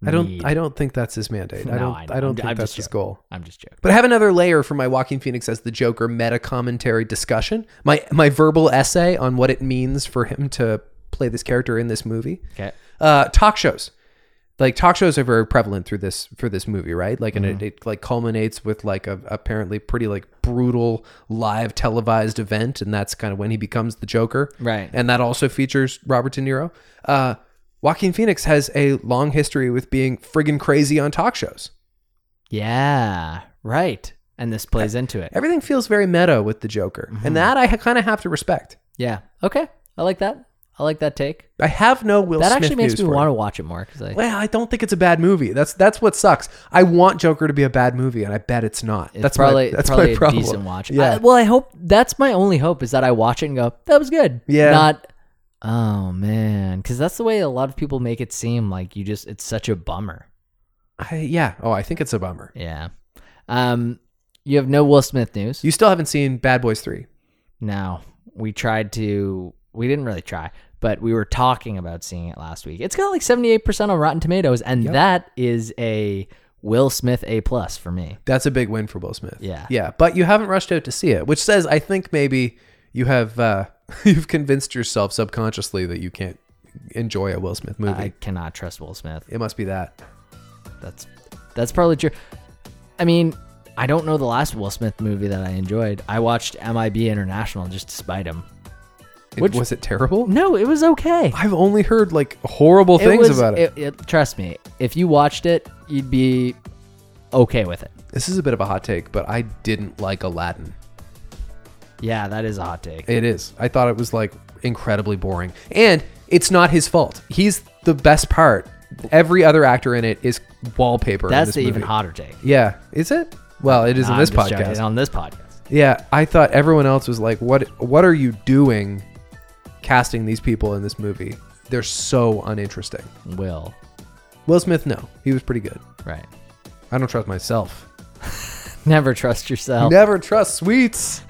Speaker 4: I don't
Speaker 2: need.
Speaker 4: I don't think that's his mandate.
Speaker 2: *laughs*
Speaker 4: I
Speaker 2: No,
Speaker 4: don't
Speaker 2: I
Speaker 4: I,
Speaker 2: know. I'm-
Speaker 4: don't think
Speaker 2: I'm
Speaker 4: that's
Speaker 2: just
Speaker 4: his
Speaker 2: joking.
Speaker 4: goal.
Speaker 2: I'm just joking.
Speaker 4: But I have another layer for my Walking Phoenix as the Joker meta commentary discussion. My my verbal essay on what it means for him to play this character in this movie.
Speaker 2: Okay.
Speaker 4: uh, talk shows. Like talk shows are very prevalent through this for this movie, right? Like, and it, it like culminates with like a apparently pretty like brutal live televised event, and that's kind of when he becomes the Joker,
Speaker 2: Right.
Speaker 4: And that also features Robert De Niro. Uh, Joaquin Phoenix has a long history with being friggin' crazy on talk shows.
Speaker 2: Yeah. Right. And this plays into it.
Speaker 4: Everything feels very meta with the Joker,
Speaker 2: Mm-hmm.
Speaker 4: and that I ha- kind of have to respect.
Speaker 2: Yeah. Okay. I like that. I like that take.
Speaker 4: I have no Will
Speaker 2: that
Speaker 4: Smith
Speaker 2: actually makes
Speaker 4: news
Speaker 2: me
Speaker 4: for you.
Speaker 2: want to watch it more because I.
Speaker 4: Well, I don't think it's a bad movie. That's that's what sucks. I want Joker to be a bad movie, and I bet it's not.
Speaker 2: It's
Speaker 4: that's
Speaker 2: probably
Speaker 4: my, that's
Speaker 2: probably
Speaker 4: my
Speaker 2: a
Speaker 4: problem.
Speaker 2: decent watch.
Speaker 4: Yeah,
Speaker 2: I- well, I hope that's my only hope is that I watch it and go, that was good.
Speaker 4: Yeah.
Speaker 2: Not, oh man, because that's the way a lot of people make it seem. Like you just, it's such a bummer.
Speaker 4: I, yeah. Oh, I think it's a bummer.
Speaker 2: Yeah. Um, you have no Will Smith news.
Speaker 4: You still haven't seen Bad Boys Three.
Speaker 2: no, we tried to. We didn't really try, but we were talking about seeing it last week. It's got like seventy eight percent on Rotten Tomatoes, and
Speaker 4: Yep.
Speaker 2: that is a Will Smith A plus for me.
Speaker 4: That's a big win for Will Smith.
Speaker 2: Yeah.
Speaker 4: yeah. But you haven't rushed out to see it, which says I think maybe you have uh, *laughs* you've convinced yourself subconsciously that you can't enjoy a Will Smith movie.
Speaker 2: I cannot trust Will Smith.
Speaker 4: it must be that.
Speaker 2: That's that's probably true. I mean, I don't know the last Will Smith movie that I enjoyed. I watched MIB International just to spite him.
Speaker 4: It,
Speaker 2: Which-
Speaker 4: was it terrible?
Speaker 2: No, it was okay.
Speaker 4: I've only heard like horrible
Speaker 2: It
Speaker 4: things
Speaker 2: was-
Speaker 4: about it.
Speaker 2: it. Trust me, if you watched it, you'd be okay with it.
Speaker 4: This is a bit of a hot take, but I didn't like Aladdin.
Speaker 2: Yeah, that is a hot take.
Speaker 4: It is. I thought it was like incredibly boring. And it's not his fault. He's the best part. Every other actor in it is wallpaper. in
Speaker 2: That's
Speaker 4: this
Speaker 2: the even
Speaker 4: movie.
Speaker 2: hotter take.
Speaker 4: Yeah, is it? Well, it is
Speaker 2: Nah,
Speaker 4: in this
Speaker 2: I'm just joking.
Speaker 4: podcast.
Speaker 2: On this podcast.
Speaker 4: Yeah, I thought everyone else was like, "What? What are you doing, casting these people in this movie? They're so uninteresting."
Speaker 2: Will.
Speaker 4: Will Smith, no, he was pretty good.
Speaker 2: Right. *laughs*
Speaker 4: I don't trust myself.
Speaker 2: Never trust yourself.
Speaker 4: Never trust sweets.